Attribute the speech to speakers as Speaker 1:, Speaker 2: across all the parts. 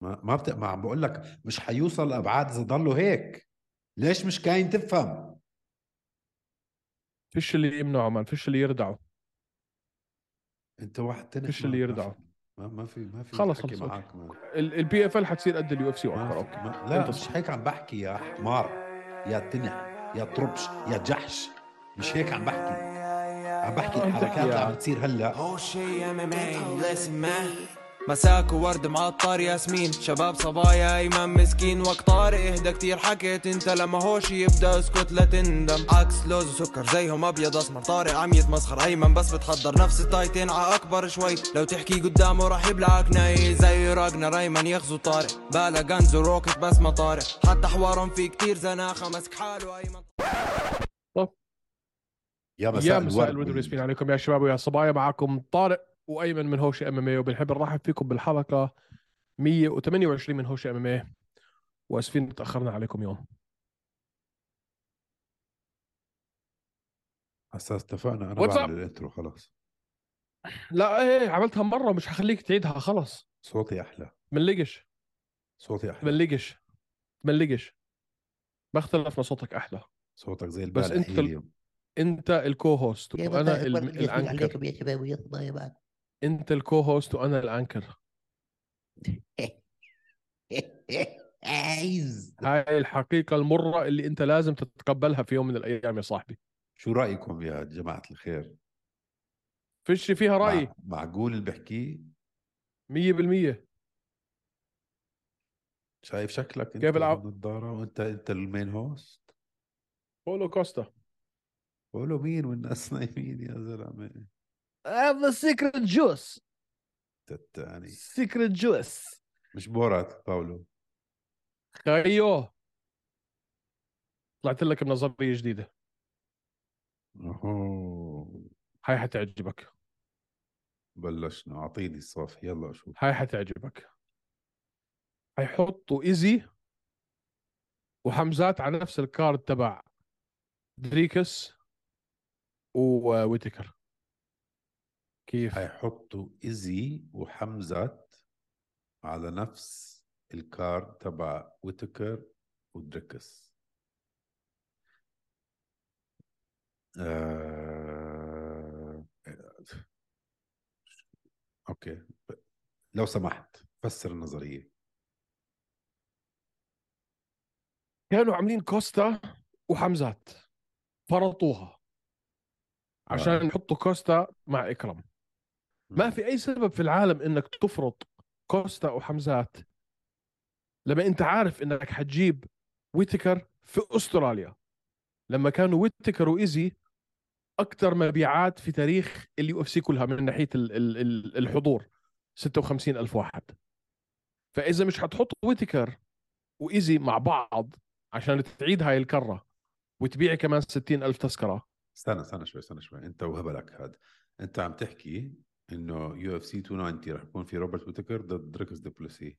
Speaker 1: ما بت... ما عم بقول لك مش حيوصل الابعاد اذا ضلوا هيك ليش مش كاين تفهم
Speaker 2: فيش اللي يمنعه مان فيش اللي يردعه
Speaker 1: انت واحد تنك
Speaker 2: فيش
Speaker 1: ما-
Speaker 2: اللي
Speaker 1: ما
Speaker 2: يردعه.
Speaker 1: في- ما ما في ما في
Speaker 2: خلص،
Speaker 1: حكي
Speaker 2: خلص، أوكي.
Speaker 1: معك ما.
Speaker 2: البي اف ال حتصير قد اليو اف سي واكبر
Speaker 1: ما
Speaker 2: اوكي
Speaker 1: في... ما... لا
Speaker 2: انت
Speaker 1: مش هيك عم بحكي يا حمار يا تنح يا طربش يا جحش مش هيك عم بحكي عم بحكي الحركات اللي
Speaker 2: يا-
Speaker 1: عم تصير هلا
Speaker 3: Oh shit, MMA, listen man مساك وورد معطر ياسمين شباب صبايا ايمن مسكين وقت طارق اهدى كتير حكيت انت لما هوش يبدا اسكت لا تندم عكس لوز وسكر زيهم ابيض اسمر طارق عم يتمسخر ايمن بس بتحضر نفس التايتين ع اكبر شوي لو تحكي قدامه راح يبلعك ناي زي راجنا ريمان يغزو طارق بالا غنز وروكت بس ما طارق حتى حوارهم في كتير زناخه مسك حاله ايمن
Speaker 1: يا مساء
Speaker 2: يا مساء الورد
Speaker 1: وال-
Speaker 2: والياسمين عليكم يا شباب ويا صبايا معكم طارق وايمن من هوش ام ام اي وبنحب نرحب فيكم بالحلقه 128 من هوش ام ام اي واسفين تاخرنا عليكم يوم
Speaker 1: اساس اتفقنا انا
Speaker 2: What's
Speaker 1: بعمل
Speaker 2: up؟
Speaker 1: الانترو خلاص
Speaker 2: لا ايه عملتها مره مش هخليك تعيدها خلص
Speaker 1: صوتي احلى
Speaker 2: منلقش
Speaker 1: صوتي احلى
Speaker 2: منلقش منلقش ما اختلفنا صوتك احلى
Speaker 1: صوتك زي
Speaker 2: بس
Speaker 1: البارح
Speaker 2: أنت ال-
Speaker 1: هيليوم
Speaker 2: انت الكو هوست
Speaker 4: يا
Speaker 2: وانا
Speaker 4: مساء
Speaker 2: ال-
Speaker 4: الورد والياسمين
Speaker 2: الانكر
Speaker 4: عليكم يا شباب ويا صبايا بعد
Speaker 2: انت الكو هوست وانا الانكر
Speaker 4: عايز
Speaker 2: هاي الحقيقه المره اللي انت لازم تتقبلها في يوم من الايام يا صاحبي
Speaker 1: شو رايكم يا جماعه الخير
Speaker 2: فيش فيها راي
Speaker 1: مع... معقول اللي بحكيه
Speaker 2: 100%
Speaker 1: شايف شكلك انت
Speaker 2: كيف العب؟
Speaker 1: النظاره وانت انت المين هوست
Speaker 2: بولو كوستا
Speaker 1: قولوا مين والناس نايمين يا زلمه
Speaker 2: هذا سيكرت جوس
Speaker 1: انت الثاني
Speaker 2: سيكرت جوس
Speaker 1: مش بورات باولو
Speaker 2: خيو أيوه. طلعت لك بنظريه جديده
Speaker 1: اوه
Speaker 2: هاي حتعجبك
Speaker 1: بلشنا اعطيني الصافي يلا اشوف
Speaker 2: هاي حتعجبك حيحطوا ايزي وحمزات على نفس الكارد تبع دريكس وويتكر كيف
Speaker 1: حيحطوا ايزي وحمزه على نفس الكارد تبع ويتكر ودريكس آه... اوكي لو سمحت فسر النظريه
Speaker 2: كانوا عاملين كوستا وحمزات فرطوها عشان يحطوا كوستا مع اكرم ما
Speaker 1: مم.
Speaker 2: في اي سبب في العالم انك تفرط كوستا وحمزات لما انت عارف انك حتجيب ويتكر في استراليا لما كانوا ويتكر وايزي اكثر مبيعات في تاريخ اليو اف سي كلها من ناحيه ال- ال- ال- الحضور 56 الف واحد فاذا مش حتحط ويتكر وايزي مع بعض عشان تعيد هاي الكره وتبيع كمان 60 الف تذكره
Speaker 1: استنى استنى شوي استنى شوي انت وهبلك هاد انت عم تحكي انه يو اف سي 290 رح يكون في روبرت ويتكر ضد دريكس ديبلوسي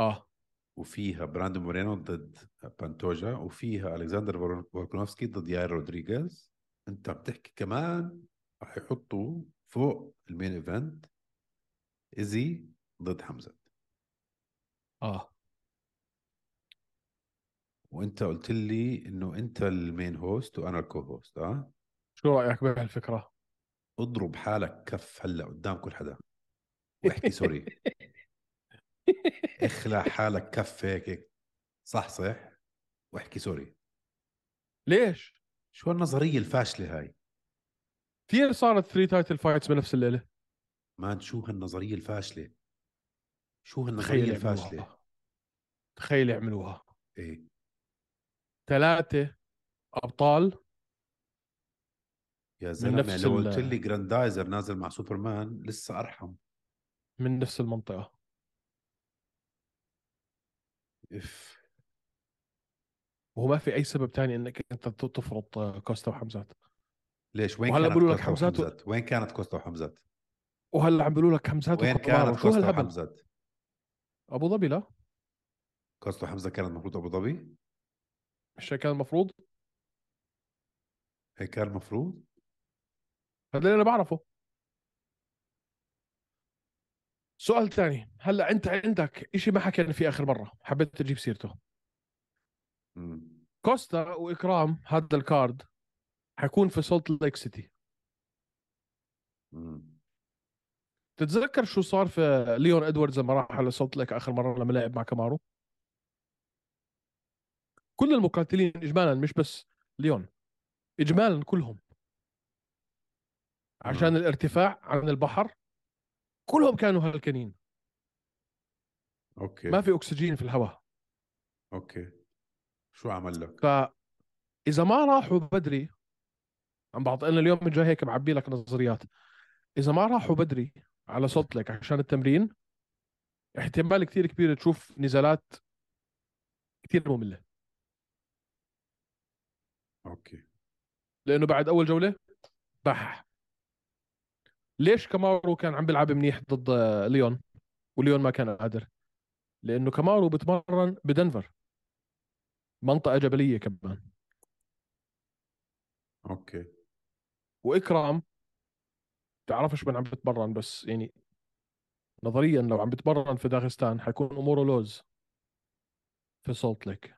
Speaker 2: اه
Speaker 1: وفيها براندون مورينو ضد بانتوجا وفيها الكسندر فور- فولكنوفسكي ضد ياير رودريغيز انت عم تحكي كمان رح يحطوا فوق المين ايفنت ايزي ضد حمزه
Speaker 2: اه
Speaker 1: وانت قلت لي انه انت المين هوست وانا الكو هوست اه
Speaker 2: شو رايك بهالفكره؟
Speaker 1: اضرب حالك كف هلا قدام كل حدا واحكي سوري اخلع حالك كف هيك هيك صح صح واحكي سوري
Speaker 2: ليش؟
Speaker 1: شو النظرية الفاشلة هاي
Speaker 2: كثير صارت ثري تايتل فايتس بنفس الليله
Speaker 1: مان شو هالنظرية الفاشلة شو
Speaker 2: تخيل يعني
Speaker 1: هالنظرية الفاشلة
Speaker 2: يعملوها تخيل يعملوها
Speaker 1: ايه
Speaker 2: ثلاثه ابطال
Speaker 1: يا زلمة
Speaker 2: نفس
Speaker 1: لو
Speaker 2: ال-
Speaker 1: قلت لي جراندايزر نازل مع سوبرمان لسه ارحم
Speaker 2: من نفس المنطقه
Speaker 1: اف
Speaker 2: وما في اي سبب تاني انك انت ت- تفرض آه، كوستا وحمزات
Speaker 1: ليش وين
Speaker 2: وهلا
Speaker 1: كانت
Speaker 2: بقولوا لك
Speaker 1: كوستا
Speaker 2: حمزات و-
Speaker 1: وحمزات وين كانت كوستا وحمزات
Speaker 2: وهلا عم بيقولوا لك حمزات
Speaker 1: وين
Speaker 2: وقمار
Speaker 1: كانت
Speaker 2: آه، شو
Speaker 1: كوستا
Speaker 2: هالهبل
Speaker 1: وحمزات
Speaker 2: ابو ظبي لا
Speaker 1: كوستا وحمزة كانت المفروض ابو ظبي
Speaker 2: مش هيك كان المفروض
Speaker 1: هيك كان المفروض
Speaker 2: هذا اللي انا بعرفه سؤال ثاني هلا انت عندك شيء ما حكينا فيه اخر مره حبيت تجيب سيرته
Speaker 1: مم.
Speaker 2: كوستا واكرام هذا الكارد حيكون في سولت ليك سيتي
Speaker 1: مم.
Speaker 2: تتذكر شو صار في ليون ادواردز لما راح على سولت ليك اخر مره لما لعب مع كامارو كل المقاتلين اجمالا مش بس ليون اجمالا كلهم عشان
Speaker 1: آه.
Speaker 2: الارتفاع عن البحر كلهم كانوا هلكانين
Speaker 1: اوكي
Speaker 2: ما في اكسجين في الهواء
Speaker 1: اوكي شو عمل لك؟
Speaker 2: فاذا ما راحوا بدري عم بعطي انا اليوم من جاي هيك بعبي لك نظريات اذا ما راحوا بدري على سولت ليك عشان التمرين احتمال كثير كبير تشوف نزالات كثير ممله
Speaker 1: اوكي
Speaker 2: لانه بعد اول جوله بح ليش كامارو كان عم بيلعب منيح ضد آه، ليون وليون ما كان قادر لانه كامارو بتمرن بدنفر منطقه جبليه كمان
Speaker 1: اوكي
Speaker 2: واكرام تعرفش من عم بتمرن بس يعني نظريا لو عم بتمرن في داغستان حيكون اموره لوز في سولت ليك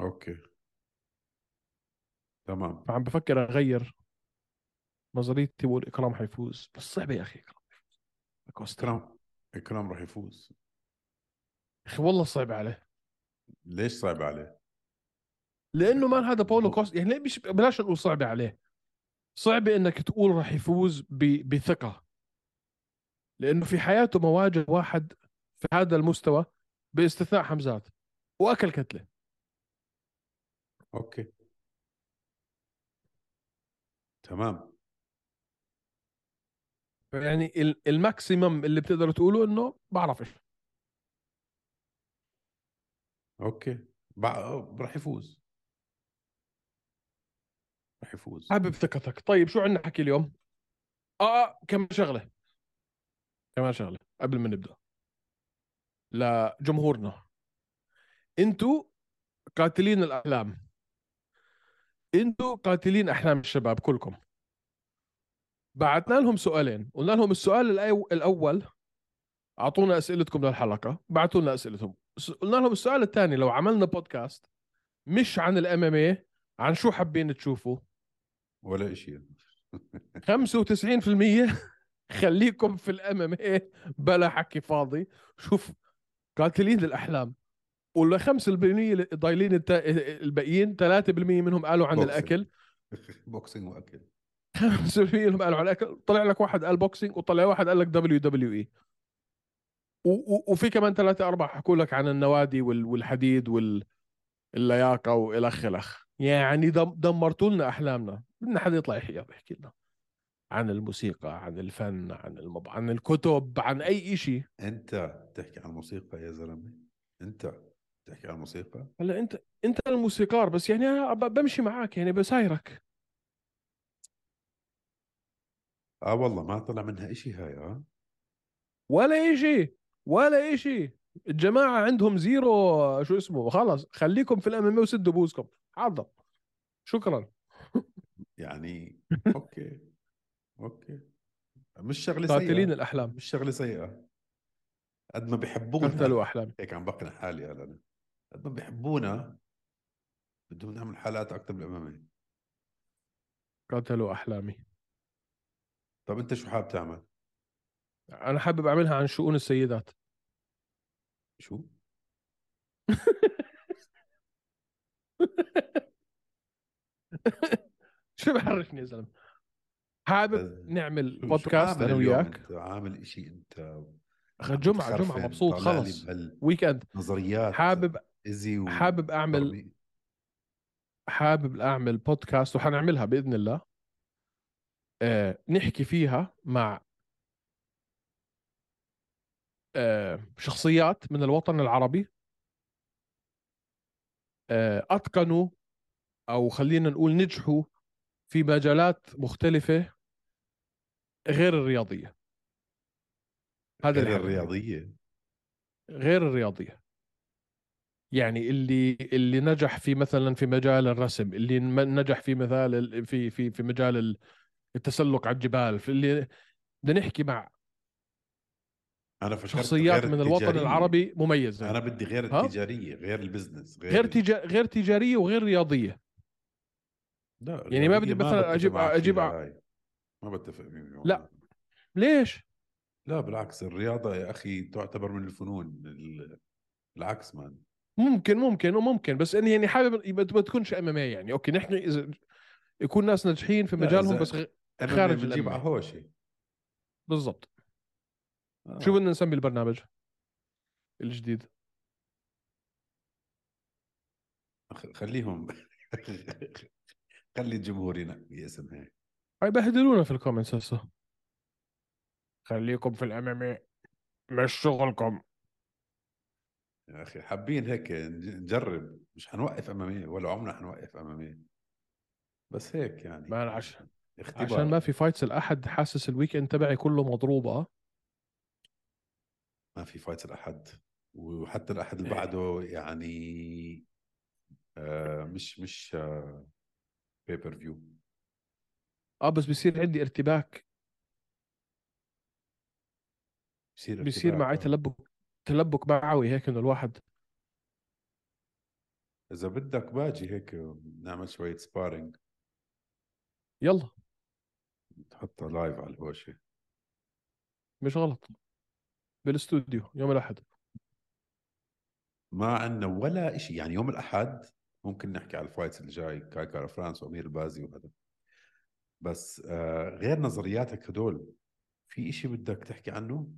Speaker 1: اوكي تمام
Speaker 2: فعم بفكر اغير نظريتي واقول اكرام حيفوز بس صعبه يا اخي اكرام يفوز. أكوستا.
Speaker 1: اكرام اكرام راح يفوز
Speaker 2: اخي والله صعب عليه
Speaker 1: ليش صعب عليه؟
Speaker 2: لانه مان هذا باولو
Speaker 1: هو-
Speaker 2: كوستا يعني ليه مش بلاش نقول صعبه عليه صعبه انك تقول راح يفوز ب... بثقه لانه في حياته ما واجه واحد في هذا المستوى باستثناء حمزات واكل كتله
Speaker 1: اوكي تمام
Speaker 2: يعني ال- الماكسيمم اللي بتقدروا تقولوا انه بعرفش
Speaker 1: اوكي بع- راح يفوز راح يفوز
Speaker 2: حابب ثقتك طيب شو عندنا حكي اليوم اه آه، كم شغله كمان شغله قبل ما نبدا لجمهورنا انتوا قاتلين الاحلام انتوا قاتلين احلام الشباب كلكم بعتنا لهم سؤالين قلنا لهم السؤال الأيو- الاول اعطونا اسئلتكم للحلقه بعتوا لنا اسئلتهم س- قلنا لهم السؤال الثاني لو عملنا بودكاست مش عن الام عن شو حابين تشوفوا
Speaker 1: ولا شيء
Speaker 2: 95% خليكم في الام ايه بلا حكي فاضي شوف قاتلين الاحلام ولا 5% اللي ضايلين التا- الباقيين 3% منهم قالوا عن
Speaker 1: بوكسينج.
Speaker 2: الاكل
Speaker 1: بوكسينج واكل
Speaker 2: 5% منهم قالوا عن الاكل طلع لك واحد قال بوكسينج وطلع واحد قال لك دبليو دبليو اي وفي كمان ثلاثة أربعة حكوا لك عن النوادي وال- والحديد واللياقة والأخ الأخ يعني دم- دمرتوا لنا أحلامنا بدنا حد يطلع يحكي يحكي لنا عن الموسيقى عن الفن عن المب... عن الكتب عن أي شيء
Speaker 1: انت تحكي عن الموسيقى يا زلمه انت تحكي عن الموسيقى
Speaker 2: هلا أنت أنت الموسيقار بس يعني أنا ب- بمشي معك يعني بسايرك
Speaker 1: اه والله ما طلع منها إشي هاي اه
Speaker 2: ولا إشي ولا إشي الجماعة عندهم زيرو شو اسمه خلص خليكم في الأمامية وسدوا بوزكم إيه حاضر شكرا
Speaker 1: يعني اوكي اوكي مش شغله
Speaker 2: قاتلين
Speaker 1: سيئه
Speaker 2: الأحلام
Speaker 1: مش شغله سيئه قد ما
Speaker 2: قتلوا
Speaker 1: بيحبونا
Speaker 2: أحلامي
Speaker 1: هيك عم بقنع حالي هلا أنا. قد ما بيحبونا بدهم نعمل حالات اكثر بالاماميه
Speaker 2: قتلوا أحلامي
Speaker 1: طب انت شو حابب تعمل
Speaker 2: أنا حابب أعملها عن شؤون السيدات
Speaker 1: شو
Speaker 2: شو بحرشني يا زلمة حابب نعمل
Speaker 1: آه، شو- شو
Speaker 2: طيب، بودكاست
Speaker 1: عامل
Speaker 2: أنا
Speaker 1: اليوم
Speaker 2: وياك
Speaker 1: انت عامل إشي انت
Speaker 2: أخي جمعة جمعة
Speaker 1: بتخرفن.
Speaker 2: مبسوط
Speaker 1: طالع لي
Speaker 2: خلص
Speaker 1: بهال-
Speaker 2: ويكند
Speaker 1: نظريات
Speaker 2: حابب
Speaker 1: ازي و...
Speaker 2: حابب اعمل
Speaker 1: ترمي-
Speaker 2: حابب اعمل بودكاست وحنعملها باذن الله آه نحكي فيها مع آه شخصيات من الوطن العربي آه اتقنوا او خلينا نقول نجحوا في مجالات مختلفه غير الرياضيه هذا اللي
Speaker 1: غير
Speaker 2: حنعمله.
Speaker 1: الرياضيه
Speaker 2: غير الرياضيه يعني اللي اللي نجح في مثلا في مجال الرسم اللي م- نجح في مثال ال- في في في مجال ال- التسلق على الجبال في اللي بدنا نحكي مع
Speaker 1: انا فكرت
Speaker 2: شخصيات
Speaker 1: غير
Speaker 2: من الوطن
Speaker 1: التجارية.
Speaker 2: العربي مميزه
Speaker 1: انا بدي غير
Speaker 2: ها؟
Speaker 1: التجاريه غير البزنس
Speaker 2: غير
Speaker 1: ال-
Speaker 2: تجا... غير تجاريه وغير رياضيه
Speaker 1: لا
Speaker 2: يعني ما بدي
Speaker 1: الرياضية
Speaker 2: مثلاً
Speaker 1: بتفق
Speaker 2: أجيب-
Speaker 1: معك
Speaker 2: أجيب
Speaker 1: فيها
Speaker 2: ع-
Speaker 1: هاي. ما بتفق معك.
Speaker 2: لا. ليش
Speaker 1: لا بالعكس الرياضه يا اخي تعتبر من الفنون ال- العكس مان
Speaker 2: ممكن ممكن وممكن بس اني يعني حابب يبقى ما تكونش ام ام يعني اوكي نحن اذا يكون ناس ناجحين في
Speaker 1: لا،
Speaker 2: مجالهم
Speaker 1: إذا-
Speaker 2: بس غ...
Speaker 1: أنا
Speaker 2: خارج
Speaker 1: بنجيب
Speaker 2: الألماني.
Speaker 1: على هوشه
Speaker 2: بالضبط
Speaker 1: آه.
Speaker 2: شو بدنا نسمي البرنامج الجديد
Speaker 1: خ- خليهم خلي الجمهور ينقي اسم هيك
Speaker 2: هاي بهدلونا في الكومنتس هسه خليكم في الامامي مش شغلكم
Speaker 1: يا اخي حابين هيك نج- نجرب مش حنوقف اماميه ولا عمرنا حنوقف اماميه بس هيك يعني
Speaker 2: ما أنا عشان
Speaker 1: اختبار
Speaker 2: عشان ما في فايتس الاحد حاسس الويك اند تبعي كله آه. مضروبه
Speaker 1: ما في فايت الاحد وحتى الاحد
Speaker 2: إيه.
Speaker 1: اللي بعده يعني آه مش مش آه بيبر فيو
Speaker 2: اه بس بصير عندي ارتباك
Speaker 1: بصير
Speaker 2: بصير
Speaker 1: ارتباك،
Speaker 2: معي
Speaker 1: آه.
Speaker 2: تلبك تلبك معوي هيك انه الواحد
Speaker 1: اذا بدك باجي هيك نعمل شويه سبارينج
Speaker 2: يلا
Speaker 1: تحطها لايف على الهوشه
Speaker 2: مش غلط بالاستوديو يوم الاحد
Speaker 1: ما عندنا ولا شيء يعني يوم الاحد ممكن نحكي على الفايتس اللي جاي كايكارا فرانس وامير البازي وهذا بس آه غير نظرياتك هدول في إشي بدك تحكي عنه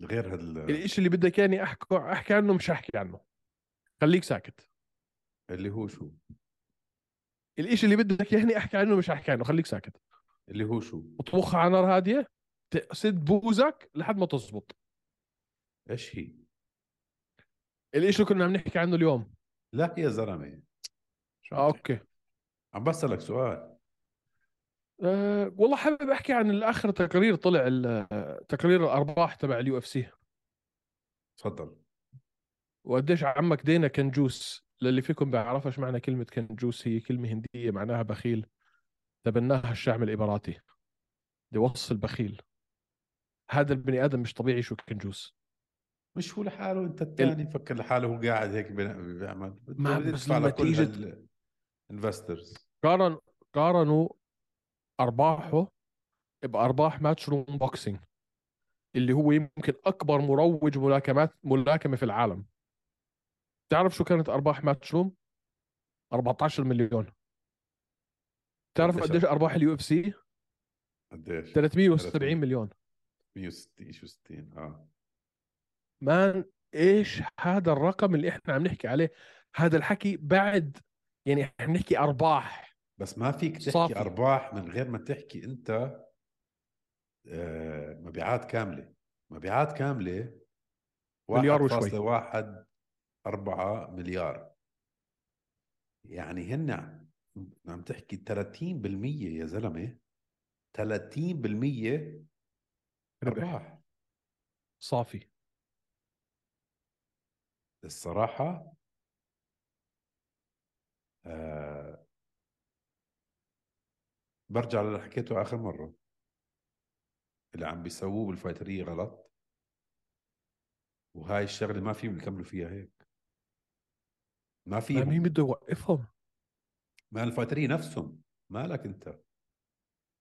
Speaker 1: غير هال
Speaker 2: الإشي اللي بدك يعني احكي احكي عنه مش احكي عنه خليك ساكت
Speaker 1: اللي هو شو
Speaker 2: الإشي اللي بدك يعني احكي عنه مش احكي عنه خليك ساكت
Speaker 1: اللي هو شو
Speaker 2: اطبخها على نار هاديه ت- سد بوزك لحد ما تزبط
Speaker 1: ايش هي
Speaker 2: الإشي اللي كنا عم نحكي عنه اليوم
Speaker 1: لا يا زلمه شو عم
Speaker 2: آه
Speaker 1: تحكي؟
Speaker 2: اوكي
Speaker 1: عم بسألك سؤال
Speaker 2: أه والله حابب احكي عن الاخر تقرير طلع ال- تقرير الارباح تبع اليو اف سي
Speaker 1: تفضل
Speaker 2: وقديش عمك دينا كنجوس للي فيكم بيعرفش معنى كلمة كنجوس هي كلمة هندية معناها بخيل تبناها الشعب الإماراتي لوصف البخيل هذا البني آدم مش طبيعي شو كنجوس
Speaker 1: مش هو لحاله انت الثاني فكر لحاله هو قاعد هيك بن- بيعمل
Speaker 2: ما
Speaker 1: بده
Speaker 2: بس
Speaker 1: يدفع
Speaker 2: لما
Speaker 1: لكل
Speaker 2: تيجي-
Speaker 1: انفسترز
Speaker 2: قارن قارنوا أرباحه بأرباح ماتش روم بوكسينج اللي هو يمكن أكبر مروج ملاكمات ملاكمة في العالم تعرف شو كانت أرباح ماتش روم؟ 14 مليون تعرف
Speaker 1: قديش
Speaker 2: قديش أرباح اليو اف سي؟
Speaker 1: قديش
Speaker 2: 370 مليون
Speaker 1: 160 شو 60 اه
Speaker 2: مان ايش هذا الرقم اللي احنا عم نحكي عليه هذا الحكي بعد يعني احنا عم نحكي ارباح
Speaker 1: بس ما فيك تحكي
Speaker 2: صافي.
Speaker 1: ارباح من غير ما تحكي انت آه، مبيعات كامله مبيعات كامله
Speaker 2: مليار وشوي.
Speaker 1: 1.1 4 مليار يعني هن عم- عم تحكي 30% يا زلمه 30%
Speaker 2: ربح
Speaker 1: ارباح
Speaker 2: صافي
Speaker 1: الصراحة آه برجع للي حكيته آخر مرة اللي عم بيسووه بالفايترية غلط وهاي الشغلة ما فيهم يكملوا فيها هيك ما
Speaker 2: ما يعني مين
Speaker 1: فيهم
Speaker 2: بده يوقفهم
Speaker 1: ما الفايترية نفسهم مالك انت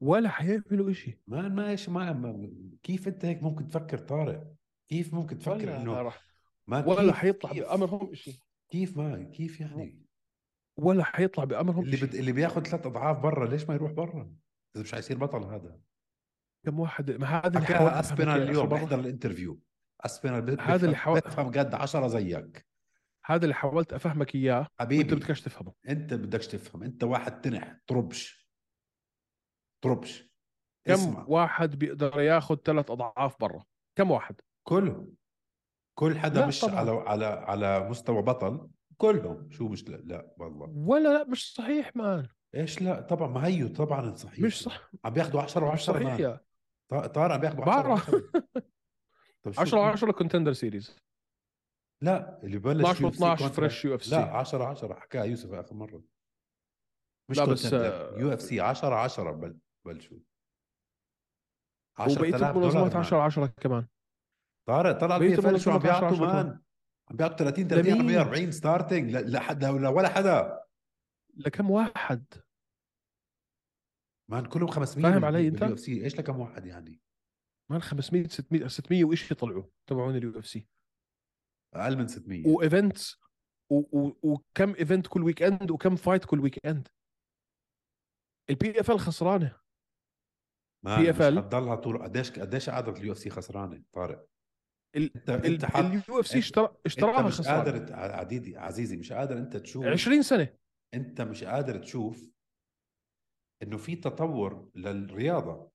Speaker 2: ولا حيعملوا شيء
Speaker 1: ما ما ايش ما, ما كيف انت هيك ممكن تفكر طارق كيف ممكن تفكر انه
Speaker 2: رح
Speaker 1: ما
Speaker 2: ولا
Speaker 1: كيف-
Speaker 2: حيطلع
Speaker 1: كيف-
Speaker 2: بامرهم شيء
Speaker 1: كيف ما كيف يعني
Speaker 2: ولا حيطلع بامرهم
Speaker 1: اللي
Speaker 2: شيء
Speaker 1: بد... اللي بياخذ ثلاث اضعاف برا ليش ما يروح برا؟ اذا مش حيصير بطل هذا
Speaker 2: كم واحد ما هذا اللي حاولت
Speaker 1: حكاها
Speaker 2: أفهم
Speaker 1: اسبينال
Speaker 2: لك إياه آخر
Speaker 1: اليوم
Speaker 2: مرة.
Speaker 1: احضر الانترفيو اسبينال بت-
Speaker 2: هذا اللي
Speaker 1: بتفهم-
Speaker 2: حاول-
Speaker 1: بتفهم قد 10 زيك
Speaker 2: هذا اللي حاولت افهمك اياه وانت
Speaker 1: حبيبي انت,
Speaker 2: بدكش تفهمه
Speaker 1: انت بدكش تفهم انت واحد تنح طربش طربش
Speaker 2: كم
Speaker 1: اسمع
Speaker 2: واحد بيقدر ياخذ ثلاث اضعاف برا كم واحد
Speaker 1: كلهم كل حدا
Speaker 2: لا
Speaker 1: مش
Speaker 2: طبعاً.
Speaker 1: على على على مستوى بطل كلهم شو مش لا, لا والله
Speaker 2: ولا لا مش صحيح مان
Speaker 1: ايش لا طبعا ما هيو طبعا صحيح
Speaker 2: مش صح
Speaker 1: عم بياخذوا 10 و10
Speaker 2: مش صحيح يا
Speaker 1: طارق عم بياخذوا 10
Speaker 2: بعرف.
Speaker 1: و10 طب شو
Speaker 2: 10
Speaker 1: في؟
Speaker 2: 10 كونتندر سيريز
Speaker 1: لا اللي بلش
Speaker 2: 12
Speaker 1: UFC
Speaker 2: و12
Speaker 1: contra-
Speaker 2: فريش يو اف
Speaker 1: لا
Speaker 2: سي
Speaker 1: 10 10 حكاها يوسف اخر مره مش
Speaker 2: لا، بس، آه،
Speaker 1: يو اف سي 10 10 بل بلشوا 10000
Speaker 2: وبقيه المنظمات
Speaker 1: دولار
Speaker 2: 10 10 كمان
Speaker 1: طارق طلع البي
Speaker 2: بيتو
Speaker 1: اف ال شو عم
Speaker 2: بلشوا
Speaker 1: بيعطوا
Speaker 2: 10
Speaker 1: مان عم بيعطوا 30 30 عم
Speaker 2: لمين؟
Speaker 1: بيعطوا 40 ستارتنج لحد ولا حدا
Speaker 2: لكم واحد
Speaker 1: مان كلهم 500
Speaker 2: فاهم علي أنت؟
Speaker 1: باليو اف سي ايش لكم واحد يعني
Speaker 2: مان 500 600 600 وشيء طلعوا تبعون اليو اف سي
Speaker 1: اقل من 600
Speaker 2: وايفنتس و- و- وكم ايفنت كل ويك اند وكم فايت كل ويك اند البي اف ال خسرانه
Speaker 1: مان مش
Speaker 2: PFL.
Speaker 1: حتضلها طول قديش قديش قعدت اليو اف سي خسرانه طارق
Speaker 2: ال-
Speaker 1: انت انت حاط
Speaker 2: اليو اف سي
Speaker 1: أنت-
Speaker 2: اشتراها
Speaker 1: انت
Speaker 2: اشتراها
Speaker 1: مش
Speaker 2: خسرانه
Speaker 1: قادر عديدي عزيزي مش قادر انت تشوف
Speaker 2: 20 سنه
Speaker 1: انت مش قادر تشوف انه في تطور للرياضه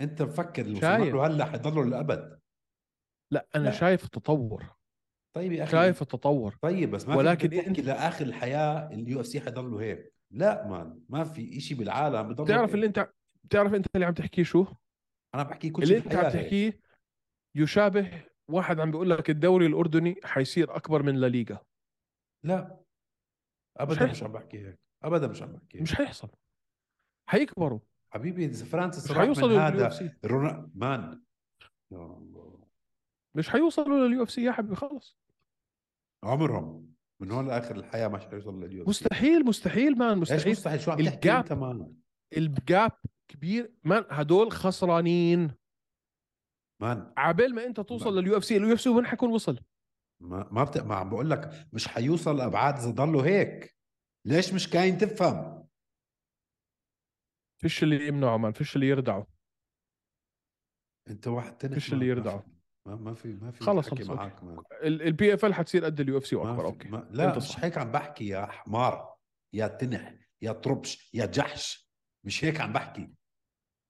Speaker 1: انت مفكر لو
Speaker 2: شايف.
Speaker 1: له هلا حيضله للابد
Speaker 2: لا انا
Speaker 1: لا.
Speaker 2: شايف التطور
Speaker 1: طيب يا اخي
Speaker 2: شايف التطور
Speaker 1: طيب بس ما
Speaker 2: ولكن
Speaker 1: ولكن تحكي
Speaker 2: انت-
Speaker 1: لاخر الحياه اليو اف سي حيضلوا هيك لا مان ما في إشي بالعالم بضل
Speaker 2: بتعرف اللي انت بتعرف انت اللي عم تحكيه شو
Speaker 1: انا بحكي كل
Speaker 2: اللي
Speaker 1: شيء
Speaker 2: انت عم تحكيه يشابه واحد عم بيقول لك الدوري الاردني حيصير اكبر من لا ليغا
Speaker 1: لا
Speaker 2: مش
Speaker 1: ابدا
Speaker 2: حيحصل.
Speaker 1: مش عم بحكي هيك ابدا مش عم بحكي هيك
Speaker 2: مش حيحصل حيكبروا
Speaker 1: حبيبي اذا فرانسيس
Speaker 2: مش
Speaker 1: راح من
Speaker 2: حيوصلوا لليو
Speaker 1: هذا
Speaker 2: اف سي
Speaker 1: رونا... مان يا الله
Speaker 2: مش حيوصلوا لليو اف سي يا حبيبي خلص
Speaker 1: عمرهم من هون لاخر الحياه ما حيوصل لليو اف سي
Speaker 2: مستحيل مستحيل مان
Speaker 1: ايش
Speaker 2: مستحيل
Speaker 1: مستحيل شو عم تحكي
Speaker 2: الجاب.
Speaker 1: انت مان
Speaker 2: الجاب كبير مان هدول خسرانين
Speaker 1: مان
Speaker 2: عبال ما انت
Speaker 1: نعم.
Speaker 2: توصل لليو اف سي اليو اف سي وين حيكون وصل
Speaker 1: ما ما, بت... ما عم بقول لك مش حيوصل ابعاد اذا ضلوا هيك ليش مش كاين تفهم
Speaker 2: فيش اللي يمنعه مان فيش اللي يردعه
Speaker 1: انت واحد تنح
Speaker 2: فيش
Speaker 1: مان،
Speaker 2: اللي
Speaker 1: ما
Speaker 2: يردعه.
Speaker 1: في- ما ما في ما في
Speaker 2: خلص،
Speaker 1: حكي
Speaker 2: خلص، أوكي.
Speaker 1: معك مان
Speaker 2: البي اف ال حتصير قد اليو اف سي
Speaker 1: ما
Speaker 2: واكبر
Speaker 1: في-
Speaker 2: اوكي
Speaker 1: ما... لا
Speaker 2: أنت
Speaker 1: مش
Speaker 2: صح.
Speaker 1: هيك عم بحكي يا حمار يا تنح يا طربش يا جحش مش هيك عم بحكي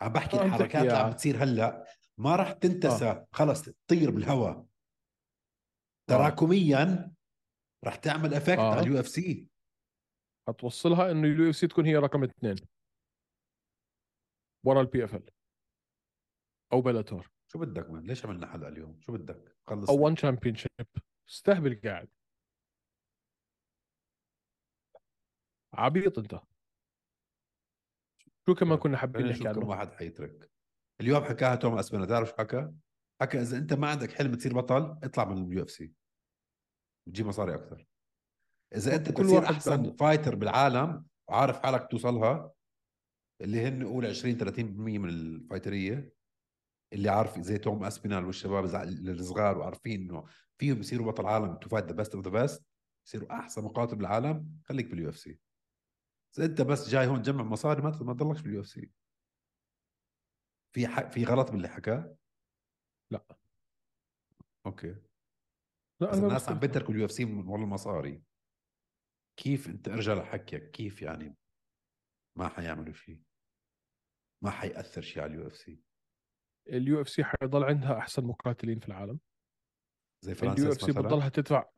Speaker 1: عم بحكي
Speaker 2: فهمتك
Speaker 1: الحركات اللي
Speaker 2: يا
Speaker 1: عم بتصير هلا ما راح تنتسى آه. خلص تطير بالهواء
Speaker 2: آه.
Speaker 1: تراكميا راح تعمل افكت
Speaker 2: آه.
Speaker 1: على اليو اف سي
Speaker 2: هتوصلها انه اليو اف سي تكون هي رقم اثنين ورا البي اف ال او بلاتور
Speaker 1: شو بدك مان ليش عملنا حلقه اليوم شو بدك خلص
Speaker 2: او وان تشامبيون شيب استهبل قاعد عبيط انت شو
Speaker 1: طيب،
Speaker 2: كمان كنا حابين
Speaker 1: خلينا
Speaker 2: نحكي
Speaker 1: نشوف كم
Speaker 2: عنه
Speaker 1: واحد حيترك اليوم حكاها توم اسبنا تعرف شو حكى؟ حكى اذا انت ما عندك حلم تصير بطل اطلع من اليو اف سي بتجيب مصاري اكثر اذا انت
Speaker 2: كل
Speaker 1: كل تصير
Speaker 2: واحد
Speaker 1: احسن
Speaker 2: عنده.
Speaker 1: فايتر بالعالم وعارف حالك توصلها اللي هن قول 20 30% من الفايتريه اللي عارف زي توم اسبينال والشباب الزع- الصغار وعارفين انه فيهم يصيروا بطل عالم تو فايت ذا بيست اوف ذا بيست يصيروا احسن مقاتل بالعالم خليك باليو اف سي اذا انت بس جاي هون تجمع مصاري ما ما تضلكش باليو اف سي في ح... في غلط باللي حكاه؟
Speaker 2: لا.
Speaker 1: اوكي
Speaker 2: لا
Speaker 1: اذا
Speaker 2: أنا
Speaker 1: الناس عم
Speaker 2: بستمتع.
Speaker 1: بتركوا اليو اف سي من ورا المصاري كيف انت ارجع لحكيك كيف يعني ما حيعملوا شيء ما حيأثر شيء على اليو اف سي
Speaker 2: اليو اف سي حيضل عندها احسن مقاتلين في العالم
Speaker 1: زي فرانسيس
Speaker 2: اليو اف سي
Speaker 1: مثلا
Speaker 2: بتضلها تدفع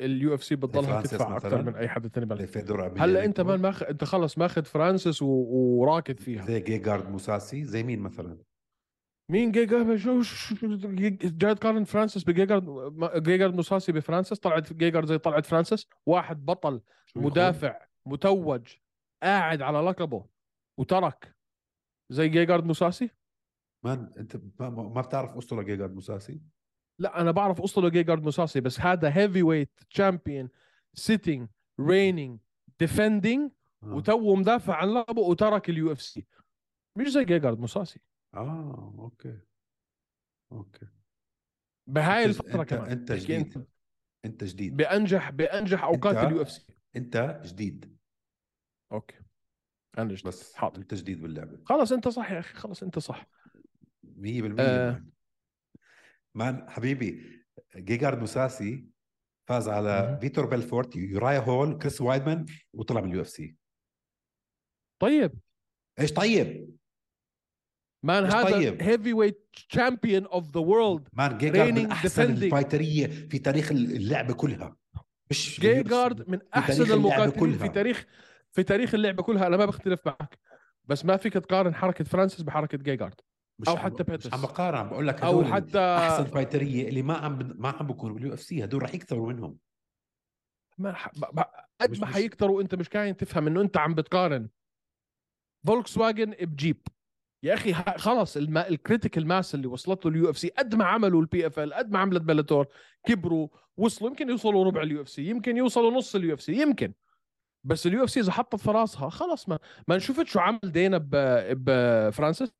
Speaker 2: اليو اف سي بتضلها
Speaker 1: فرانسيس
Speaker 2: تدفع
Speaker 1: مثلاً. إيه،
Speaker 2: اكثر من اي حد ثاني
Speaker 1: زي
Speaker 2: بالعالم
Speaker 1: فيدور أميليانينكو،
Speaker 2: هلا انت مان ماخ... انت خلص ماخذ فرانسيس و... وراكد فيها
Speaker 1: زي جيجارد موساسي زي مين مثلا
Speaker 2: مين جيجارد شو شو- شو- جيج- جاي تقارن فرانسيس بجيجارد ما- جيجارد مصاصي بفرانسيس طلعت جيجارد زي طلعت فرانسيس واحد بطل
Speaker 1: شو بيكون؟
Speaker 2: مدافع متوج قاعد على لقبه وترك زي جيجارد موساسي
Speaker 1: مان انت ما, ما ما بتعرف اسطوره جيجارد موساسي
Speaker 2: لا انا بعرف اصله جيجارد موساسي بس هذا هيفي ويت تشامبيون سيتنج رينينج ديفندينج
Speaker 1: آه.
Speaker 2: وتو مدافع عن لقبه وترك اليو اف سي مش زي جيجارد موساسي
Speaker 1: اه اوكي اوكي
Speaker 2: بهاي
Speaker 1: أنت-
Speaker 2: الفتره
Speaker 1: أنت-
Speaker 2: كمان
Speaker 1: أنت
Speaker 2: تحكي
Speaker 1: جديد. انت جديد
Speaker 2: بانجح بانجح اوقات
Speaker 1: أنت-
Speaker 2: اليو اف سي
Speaker 1: انت جديد
Speaker 2: اوكي انا جديد.
Speaker 1: بس
Speaker 2: بس حاضر
Speaker 1: انت جديد باللعبه
Speaker 2: خلص انت صح يا اخي خلص انت صح
Speaker 1: 100%
Speaker 2: آه.
Speaker 1: مان. يعني. مان حبيبي جيجارد موساسي فاز على
Speaker 2: مهم.
Speaker 1: فيتور بيلفورت يورايا هول كريس وايدمان وطلع من اليو اف سي
Speaker 2: طيب
Speaker 1: ايش طيب
Speaker 2: مان
Speaker 1: مش
Speaker 2: هذا
Speaker 1: طيب.
Speaker 2: هيفي ويت تشامبيون اوف ذا وورلد
Speaker 1: مان جيجارد من
Speaker 2: Reigning
Speaker 1: احسن
Speaker 2: defending.
Speaker 1: الفايتريه في تاريخ اللعبه كلها مش
Speaker 2: جيجارد من احسن
Speaker 1: اللعبة
Speaker 2: المقاتلين
Speaker 1: كلها.
Speaker 2: في تاريخ في تاريخ اللعبه كلها انا ما بختلف معك بس ما فيك تقارن حركه فرانسيس بحركه جيجارد
Speaker 1: مش
Speaker 2: أو
Speaker 1: عم-
Speaker 2: حتى
Speaker 1: مش
Speaker 2: بيتس.
Speaker 1: عم بقارن عم بقول لك
Speaker 2: او
Speaker 1: هدول
Speaker 2: حتى
Speaker 1: احسن فايتريه اللي ما عم ما عم بكونوا باليو اف سي هدول رح يكثروا منهم
Speaker 2: ما ح... ب... ب... قد
Speaker 1: مش-
Speaker 2: ما
Speaker 1: مش-
Speaker 2: حيكتروا انت مش كاين تفهم انه انت عم بتقارن فولكس واجن بجيب يا اخي ه- خلص الما... الكريتيكال ماس اللي وصلت له اليو اف سي قد ما عملوا البي اف ال قد ما عملت بلاتور كبروا وصلوا يمكن يوصلوا ربع اليو اف سي يمكن يوصلوا نص اليو اف سي يمكن بس اليو اف سي اذا حطت في راسها خلص ما ما شفت شو عمل دينا ب... بفرانسيس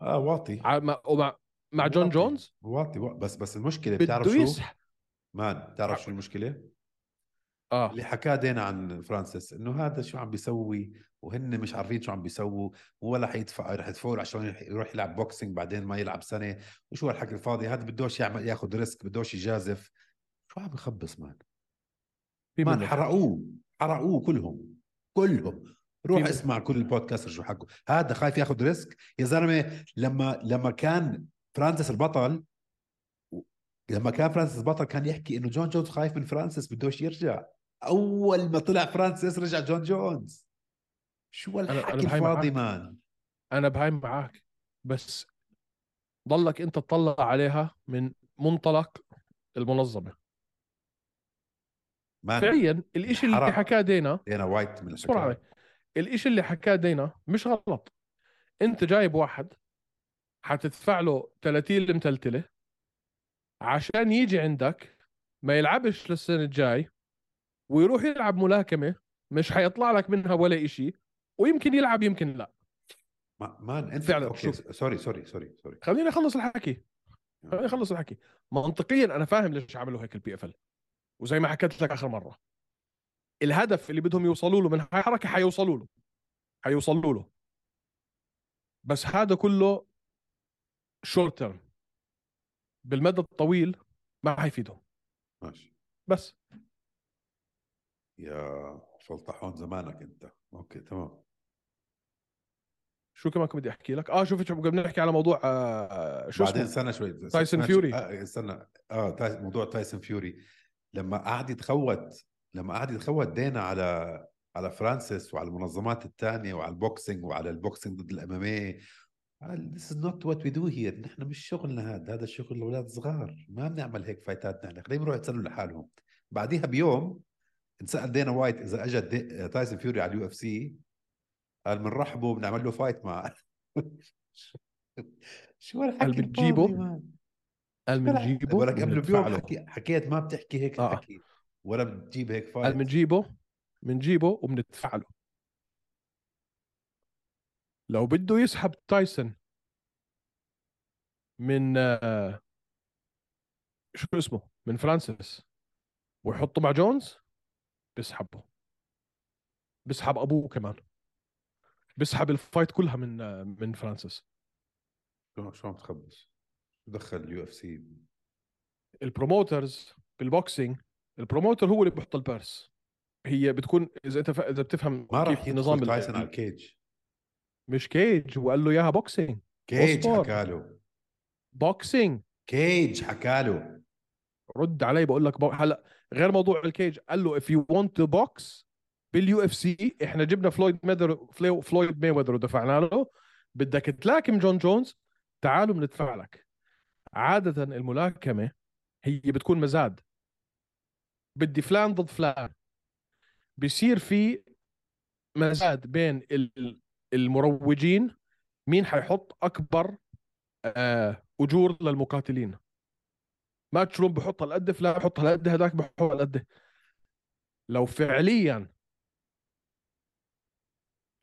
Speaker 1: اه واطي
Speaker 2: ع- مع... ومع... مع جون
Speaker 1: واطي.
Speaker 2: جونز
Speaker 1: واطي وا- بس بس المشكله بتعرف
Speaker 2: بده
Speaker 1: شو
Speaker 2: يسح
Speaker 1: مان بتعرف شو المشكله؟
Speaker 2: اه
Speaker 1: اللي حكاه دينا عن فرانسيس انه هذا شو عم بيسوي وهن مش عارفين شو عم بيسووا ولا حيدفع رح يدفعوا له عشان يح- يروح يلعب بوكسينج بعدين ما يلعب سنه وشو هالحكي الفاضي هذا بدوش يعمل ياخذ ريسك بدوش يجازف شو عم يخبص مان
Speaker 2: في
Speaker 1: مان
Speaker 2: منه.
Speaker 1: حرقوه حرقوه كلهم كلهم روح
Speaker 2: في-
Speaker 1: اسمع كل البودكاست شو حكوا هذا خايف ياخذ ريسك يا زلمه لما لما كان فرانسيس البطل و- لما كان فرانسيس البطل كان يحكي انه جون جونز خايف من فرانسيس بدوش يرجع اول ما طلع فرانسيس رجع جون جونز شو
Speaker 2: أنا
Speaker 1: الحكي
Speaker 2: بحي
Speaker 1: الفاضي مان
Speaker 2: انا بهاي معاك بس ضلك انت تطلع عليها من منطلق المنظمه
Speaker 1: مان
Speaker 2: فعليا الاشي اللي
Speaker 1: حرام.
Speaker 2: حكاه دينا
Speaker 1: دينا وايت من
Speaker 2: اصبر علي
Speaker 1: الحكاية
Speaker 2: الاشي اللي حكاه دينا مش غلط انت جايب واحد حتدفع له 30 المتلتله عشان يجي عندك ما يلعبش للسنه الجاي ويروح يلعب ملاكمه مش حيطلع لك منها ولا اشي ويمكن يلعب يمكن لا
Speaker 1: ما- مان انت
Speaker 2: فعلاً،
Speaker 1: اوكي
Speaker 2: شوف.
Speaker 1: سوري سوري سوري سوري
Speaker 2: خليني اخلص الحكي
Speaker 1: نعم.
Speaker 2: خليني اخلص الحكي منطقيا انا فاهم ليش عملوا هيك البي اف ال وزي ما حكيت لك اخر مره الهدف اللي بدهم يوصلوا له من هاي الحركه حيوصلوا له حيوصلوا له بس هذا كله شورت تيرم بالمدى الطويل ما حيفيدهم
Speaker 1: ماشي
Speaker 2: بس
Speaker 1: يا فلطحون زمانك انت اوكي تمام
Speaker 2: شو كمان كنت بدي احكي لك اه شفت شو بدنا نحكي على موضوع آه شو
Speaker 1: بعدين
Speaker 2: اسمه
Speaker 1: استنى شوي
Speaker 2: تايسون
Speaker 1: ماشي.
Speaker 2: فيوري.
Speaker 1: آه، استنى اه تايس- موضوع تايسون فيوري لما قعد يتخوت لما قعد يتخوت دينا على على فرانسيس وعلى المنظمات الثانيه وعلى البوكسينج وعلى البوكسينج ضد إيه، الام ام قال ذيس از نوت وات وي دو هير نحن مش شغلنا هذا هذا شغل الاولاد صغار ما بنعمل هيك فايتات نحن خليهم يروحوا يتسلوا لحالهم بعديها بيوم انسال دينا وايت اذا اجى دي- آه، تايسون فيوري على اليو اف سي قال بنرحبه بنعمل له فايت مع شو هالحكي
Speaker 2: قال بتجيبه؟
Speaker 1: الفاضي، مان؟
Speaker 2: قال بنجيبه
Speaker 1: ولك قبل
Speaker 2: وبندفع
Speaker 1: بيوم
Speaker 2: له.
Speaker 1: حكي حكيت ما بتحكي هيك
Speaker 2: آه.
Speaker 1: آه. حكي ولا بتجيب هيك
Speaker 2: قال
Speaker 1: فايت
Speaker 2: بنجيبه بنجيبه وبندفع له لو بده يسحب تايسون من آه، شو اسمه من فرانسيس ويحطه مع جونز بسحبه بسحب ابوه كمان بسحب الفايت كلها من آه، من فرانسيس
Speaker 1: شو شو عم تخبص؟ شو دخل اليو اف سي
Speaker 2: البروموترز بالبوكسينج البروموتر هو اللي بيحط البيرس هي بتكون اذا انت فا- اذا بتفهم
Speaker 1: ما راح
Speaker 2: كيف نظام
Speaker 1: يدخل
Speaker 2: ال-
Speaker 1: تايسون على الكيج
Speaker 2: مش كيج وقال له اياها بوكسينج
Speaker 1: كيج
Speaker 2: أصبر.
Speaker 1: حكاله
Speaker 2: بوكسينج
Speaker 1: كيج حكاله
Speaker 2: رد علي بقول لك بو... هلا غير موضوع الكيج قال له if you want to box باليو اف سي احنا جبنا فلويد ميدر فلو... فلويد ميوذر ودفعنا له بدك تلاكم جون جونز تعالوا بندفع لك عادة الملاكمة هي بتكون مزاد بدي فلان ضد فلان بيصير في مزاد بين ال- المروجين مين حيحط اكبر آه، اجور للمقاتلين ماتش روم بحط هالقد فلان بحط هالقد هذاك بحط هالقد لو فعليا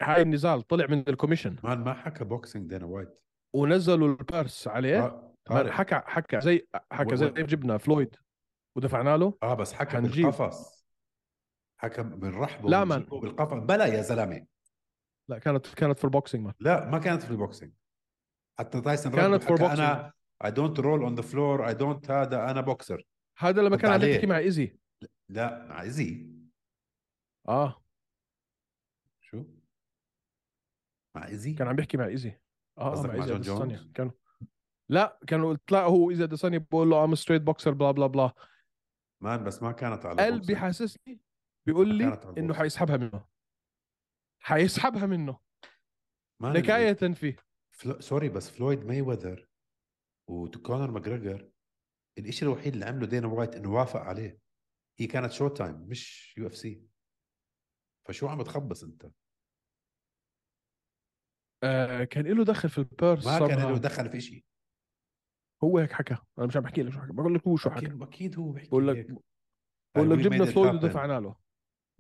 Speaker 2: هاي النزال طلع من الكوميشن
Speaker 1: مان ما حكى بوكسينج دينا وايت
Speaker 2: ونزلوا البرس عليه
Speaker 1: آه.
Speaker 2: إيه؟ ما
Speaker 1: آه.
Speaker 2: حكى حكى زي حكى
Speaker 1: و-
Speaker 2: زي
Speaker 1: و-
Speaker 2: ما جبنا فلويد ودفعنا له
Speaker 1: اه بس حكى
Speaker 2: حنجيب.
Speaker 1: بالقفص حكى بنرحبه
Speaker 2: لا، مان.
Speaker 1: بنجيبه بالقفص بلا يا زلمه
Speaker 2: لا كانت كانت في البوكسينج مان
Speaker 1: لا ما كانت في البوكسينج حتى تايسون
Speaker 2: كانت
Speaker 1: رد
Speaker 2: في
Speaker 1: وحكى
Speaker 2: البوكسينج.
Speaker 1: انا اي دونت رول اون ذا فلور اي دونت هذا انا بوكسر
Speaker 2: هذا لما
Speaker 1: رد
Speaker 2: كان عم
Speaker 1: عليه.
Speaker 2: يحكي مع ايزي
Speaker 1: لا مع ايزي
Speaker 2: اه
Speaker 1: شو؟ مع ايزي
Speaker 2: كان عم يحكي مع ايزي اه
Speaker 1: قصدك
Speaker 2: مع
Speaker 1: مع
Speaker 2: ايزي
Speaker 1: جون
Speaker 2: اديسانيا
Speaker 1: جونز؟
Speaker 2: كانوا لا كانوا تلاقوا هو ايزي اديسانيا بقول له ام ستريت بوكسر بلا بلا بلا
Speaker 1: مان بس ما كانت على
Speaker 2: قلبي
Speaker 1: البوكسينج.
Speaker 2: حاسسني بيقول لي
Speaker 1: كانت على
Speaker 2: انه
Speaker 1: البوكس.
Speaker 2: حيسحبها منه حيسحبها منه
Speaker 1: مان اللي-
Speaker 2: نكاية فيه
Speaker 1: فلو... سوري بس فلويد مايوذر وكونر ماجريجر الشيء الوحيد اللي عمله دينا وايت انه وافق عليه هي كانت شو تايم مش يو اف سي فشو عم تخبص انت؟
Speaker 2: آه كان له دخل في البيرس
Speaker 1: ما كان
Speaker 2: somehow.
Speaker 1: له دخل في شيء
Speaker 2: هو هيك حكى انا مش عم بحكي لك شو حكى بقول لك هو شو حكى
Speaker 1: أكيد- اكيد هو بيحكي
Speaker 2: بقول
Speaker 1: هيك.
Speaker 2: لك بقول لك
Speaker 1: We
Speaker 2: جبنا
Speaker 1: made it
Speaker 2: فلويد
Speaker 1: happen.
Speaker 2: ودفعنا له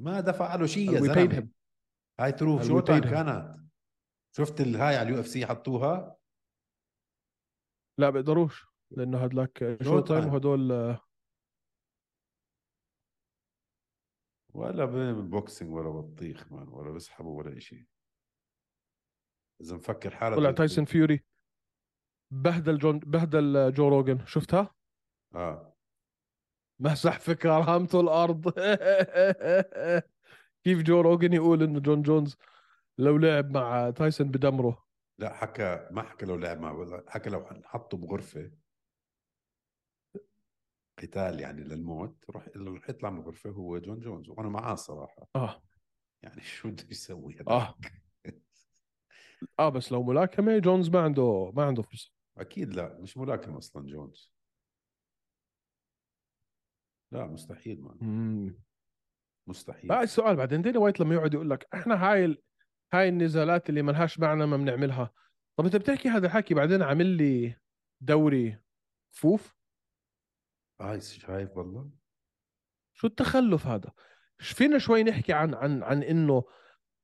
Speaker 1: ما دفع له شيء يا
Speaker 2: And we paid him
Speaker 1: زلمه هاي تروف
Speaker 2: And
Speaker 1: شو
Speaker 2: we paid
Speaker 1: تايم
Speaker 2: him.
Speaker 1: كانت شفت الهاي على اليو اف سي حطوها
Speaker 2: لا بيقدروش لانه هدلاك شو
Speaker 1: شو
Speaker 2: تايم
Speaker 1: time.
Speaker 2: وهدول آه،
Speaker 1: ولا بوكسينج ولا بطيخ مان ولا بسحبوا ولا شيء اذا مفكر حاله
Speaker 2: طلع
Speaker 1: بال-
Speaker 2: تايسون فيوري بهدل جون بهدل جو روجن شفتها؟
Speaker 1: اه
Speaker 2: مسح في كرامته الارض كيف جو روجن يقول انه جون جونز لو لعب مع تايسون بدمره
Speaker 1: لا حكى ما حكى لو لعب مع ولا حكى لو حطوا بغرفه قتال يعني للموت راح اللي راح يطلع من الغرفه هو جون جونز وانا معاه صراحه
Speaker 2: اه
Speaker 1: يعني شو بده يسوي هذا
Speaker 2: اه اه بس لو ملاكمه جونز ما عنده ما عنده فرصه
Speaker 1: اكيد لا مش ملاكم اصلا جونز لا مستحيل مان مستحيل
Speaker 2: بقى آه، السؤال بعدين دينا وايت لما يقعد يقول لك احنا هاي ال... هاي النزالات اللي ملهاش معنى ما بنعملها طب انت بتحكي هذا الحكي بعدين عامل لي دوري كفوف
Speaker 1: هاي شايف والله
Speaker 2: شو التخلف هذا ش- فينا شوي نحكي عن عن عن انه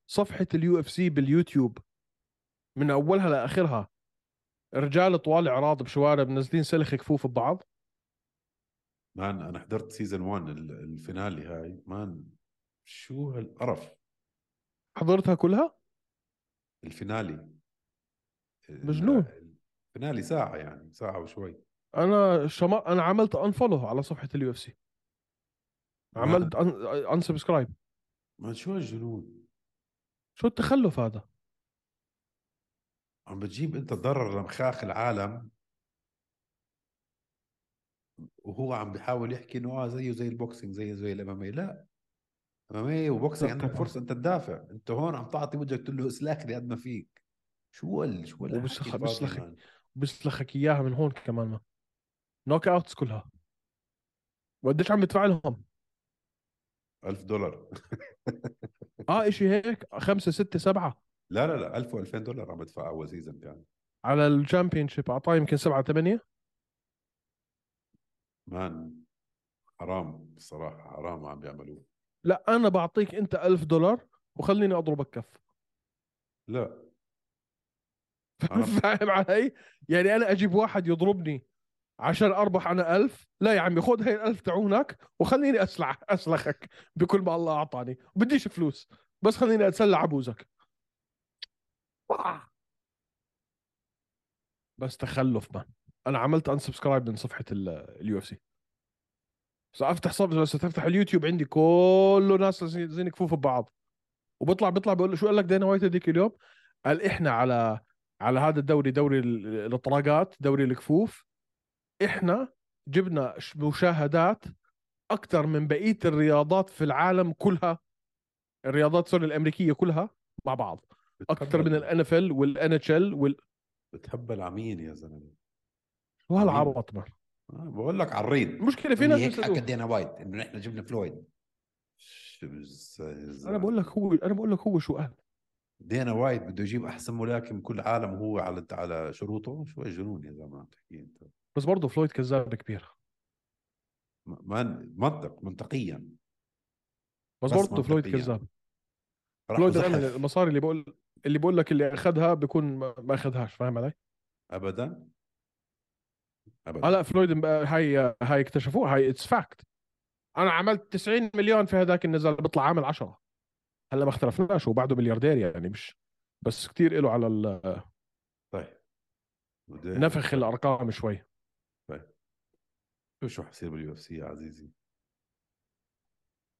Speaker 2: صفحه اليو اف سي باليوتيوب من اولها لاخرها رجال طوال اعراض بشوارع منزلين سلخ كفوف ببعض
Speaker 1: مان انا حضرت سيزون 1 ال- الفينالي هاي مان شو هالقرف
Speaker 2: حضرتها كلها
Speaker 1: الفينالي ال-
Speaker 2: مجنون.
Speaker 1: الفينالي ساعة يعني ساعة وشوي
Speaker 2: انا شم... انا عملت انفولو على صفحه اليو اف سي عملت آه، انسبسكرايب
Speaker 1: ما شو هالجنون
Speaker 2: شو التخلف هذا
Speaker 1: عم بتجيب انت ضرر لمخاخ العالم وهو عم بيحاول يحكي انه اه زيه زي البوكسينج زيه زي الامامي إيه. لا امامي وبوكسينج
Speaker 2: لا
Speaker 1: عندك
Speaker 2: طبعاً.
Speaker 1: فرصه انت تدافع انت هون عم تعطي وجهك تقول له اسلاخني قد ما فيك شو هال شو هالحكي
Speaker 2: وبسخ-
Speaker 1: الفاضي،
Speaker 2: بسلخك.
Speaker 1: مان؟
Speaker 2: بسلخك اياها من هون كمان ما نوك اوتس كلها وقديش عم بدفع لهم؟
Speaker 1: 1000 دولار
Speaker 2: اه اشي هيك خمسة ستة سبعة
Speaker 1: لا لا لا 1000 و2000 دولار عم بدفع اول سيزون كان
Speaker 2: على الشامبيون شيب اعطاه يمكن سبعة ثمانية
Speaker 1: مان حرام بصراحه حرام عم بيعملوه
Speaker 2: لا انا بعطيك انت ألف دولار وخليني اضربك كف
Speaker 1: لا
Speaker 2: فاهم علي؟ يعني انا اجيب واحد يضربني عشان اربح انا ألف لا يا عمي خذ هاي الألف تعونك وخليني اسلع اسلخك بكل ما الله اعطاني بديش فلوس بس خليني اتسلى عبوزك بس تخلف مان انا عملت انسبسكرايب من صفحه اليو اف سي بس افتح صفحه بس تفتح اليوتيوب عندي كله ناس زي زين كفوف ببعض وبطلع بيطلع بقول له شو قال لك دينا وايت هذيك اليوم قال احنا على على هذا الدوري دوري ال- الاطراقات دوري الكفوف احنا جبنا ش- مشاهدات اكثر من بقيه الرياضات في العالم كلها الرياضات سوري الامريكيه كلها مع بعض اكثر من الان اف ال والان اتش ال وال
Speaker 1: بتهبل عمين يا زلمه
Speaker 2: شو هالعبط مان
Speaker 1: آه، بقول لك عريض
Speaker 2: المشكله في ناس
Speaker 1: هيك حكى
Speaker 2: بيصدقوها.
Speaker 1: دينا وايت انه نحن جبنا فلويد شو بز- الزلمة.
Speaker 2: انا بقول لك هو انا بقول لك هو شو قال
Speaker 1: دينا وايت بده يجيب احسن ملاكم كل العالم وهو على على شروطه شو الجنون يا زلمه عم تحكي انت
Speaker 2: بس برضه فلويد كذاب كبير
Speaker 1: م- مان منطق منطقيا
Speaker 2: بس
Speaker 1: بس
Speaker 2: برضه فلويد
Speaker 1: منطقيا.
Speaker 2: كذاب
Speaker 1: راح
Speaker 2: فلويد
Speaker 1: بزحف.
Speaker 2: دائما المصاري اللي بقول اللي بقول لك اللي اخذها بيكون ما ما اخذهاش فاهم علي؟
Speaker 1: ابدا
Speaker 2: اه
Speaker 1: ابدا
Speaker 2: آه، لا فلويد مب- هاي هاي اكتشفوها هاي اتس فاكت انا عملت 90 مليون في هذاك النزال بطلع عامل 10 هلا ما اختلفناش هو بعده ملياردير يعني مش بس كتير له على ال-
Speaker 1: طيب بدي-
Speaker 2: نفخ الارقام شوي
Speaker 1: شو شو حصير باليو اف سي يا عزيزي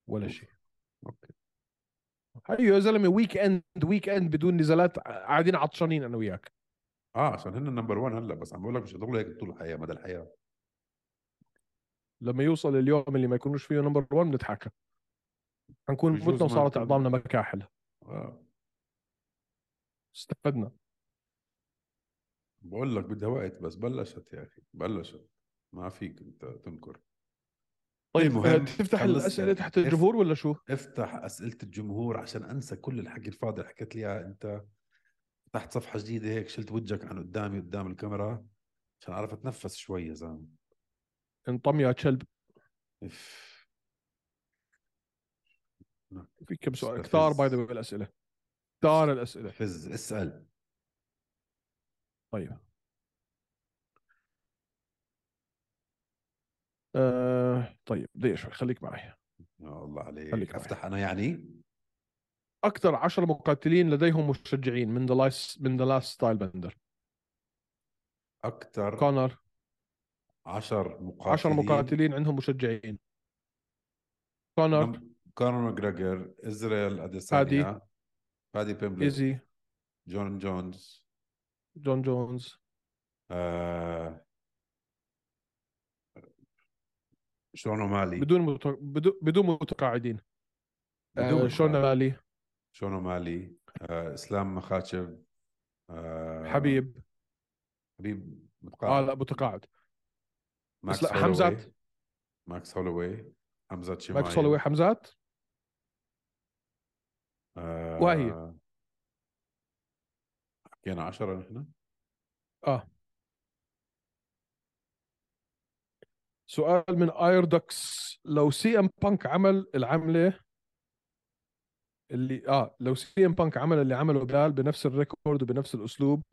Speaker 2: ولا
Speaker 1: أوف.
Speaker 2: شيء
Speaker 1: اوكي
Speaker 2: ايوه يا زلمه ويك اند ويك اند بدون نزالات قاعدين عطشانين انا وياك
Speaker 1: اه عشان هن نمبر 1 هلا بس عم بقول لك مش هيضلوا هيك طول الحياه مدى الحياه
Speaker 2: لما يوصل اليوم اللي ما يكونوش فيه نمبر 1 بنتحاكى حنكون
Speaker 1: بجوز
Speaker 2: متنا
Speaker 1: ما
Speaker 2: وصارت
Speaker 1: نكون.
Speaker 2: عظامنا مكاحل
Speaker 1: آه.
Speaker 2: استفدنا
Speaker 1: بقول لك بدها وقت بس بلشت يا اخي بلشت ما فيك انت تنكر
Speaker 2: طيب
Speaker 1: المهم،
Speaker 2: آه، تفتح
Speaker 1: خلصنا.
Speaker 2: الاسئله تحت الجمهور ولا شو؟
Speaker 1: افتح اسئله الجمهور عشان انسى كل الحكي الفاضي اللي حكيت لي اياه انت فتحت صفحه جديده هيك شلت وجهك عن قدامي قدام الكاميرا عشان اعرف اتنفس شوي يا زلمه
Speaker 2: انطم يا كلب
Speaker 1: إف.
Speaker 2: في كم سؤال
Speaker 1: مستفز.
Speaker 2: كثار باي ذا الاسئله كثار الاسئله
Speaker 1: فز اسال
Speaker 2: طيب آه طيب دقيقة شوي خليك معي
Speaker 1: يا الله
Speaker 2: خليك
Speaker 1: عليك
Speaker 2: معي.
Speaker 1: افتح انا يعني
Speaker 2: أكثر عشر مقاتلين لديهم مشجعين من ذا لايس من ذا لاست ستايل بندر
Speaker 1: اكثر
Speaker 2: كونر
Speaker 1: 10 مقاتلين
Speaker 2: 10 مقاتلين عندهم مشجعين كونر
Speaker 1: كونر ماجريجر ازرائيل اديسانيا فادي بيمبلي
Speaker 2: إيزي
Speaker 1: جون جونز
Speaker 2: جون جونز
Speaker 1: آه... شون مالي
Speaker 2: بدون مت... بدو- بدون متقاعدين آه
Speaker 1: بدون
Speaker 2: شون
Speaker 1: مقاتل.
Speaker 2: مالي
Speaker 1: شون مالي آه... اسلام مخاتشب آه...
Speaker 2: حبيب
Speaker 1: حبيب
Speaker 2: اه
Speaker 1: متقاعد
Speaker 2: لا متقاعد
Speaker 1: ماكس
Speaker 2: إسلام-
Speaker 1: هولوي.
Speaker 2: حمزات
Speaker 1: ماكس هولوي حمزة شمايل
Speaker 2: ماكس هولوي حمزات
Speaker 1: آه...
Speaker 2: وهي.
Speaker 1: حكينا 10 نحن
Speaker 2: سؤال من ايردكس لو سي ام بانك عمل العمله اللي اه لو سي ام بانك عمل اللي عمله بلال بنفس الريكورد وبنفس الاسلوب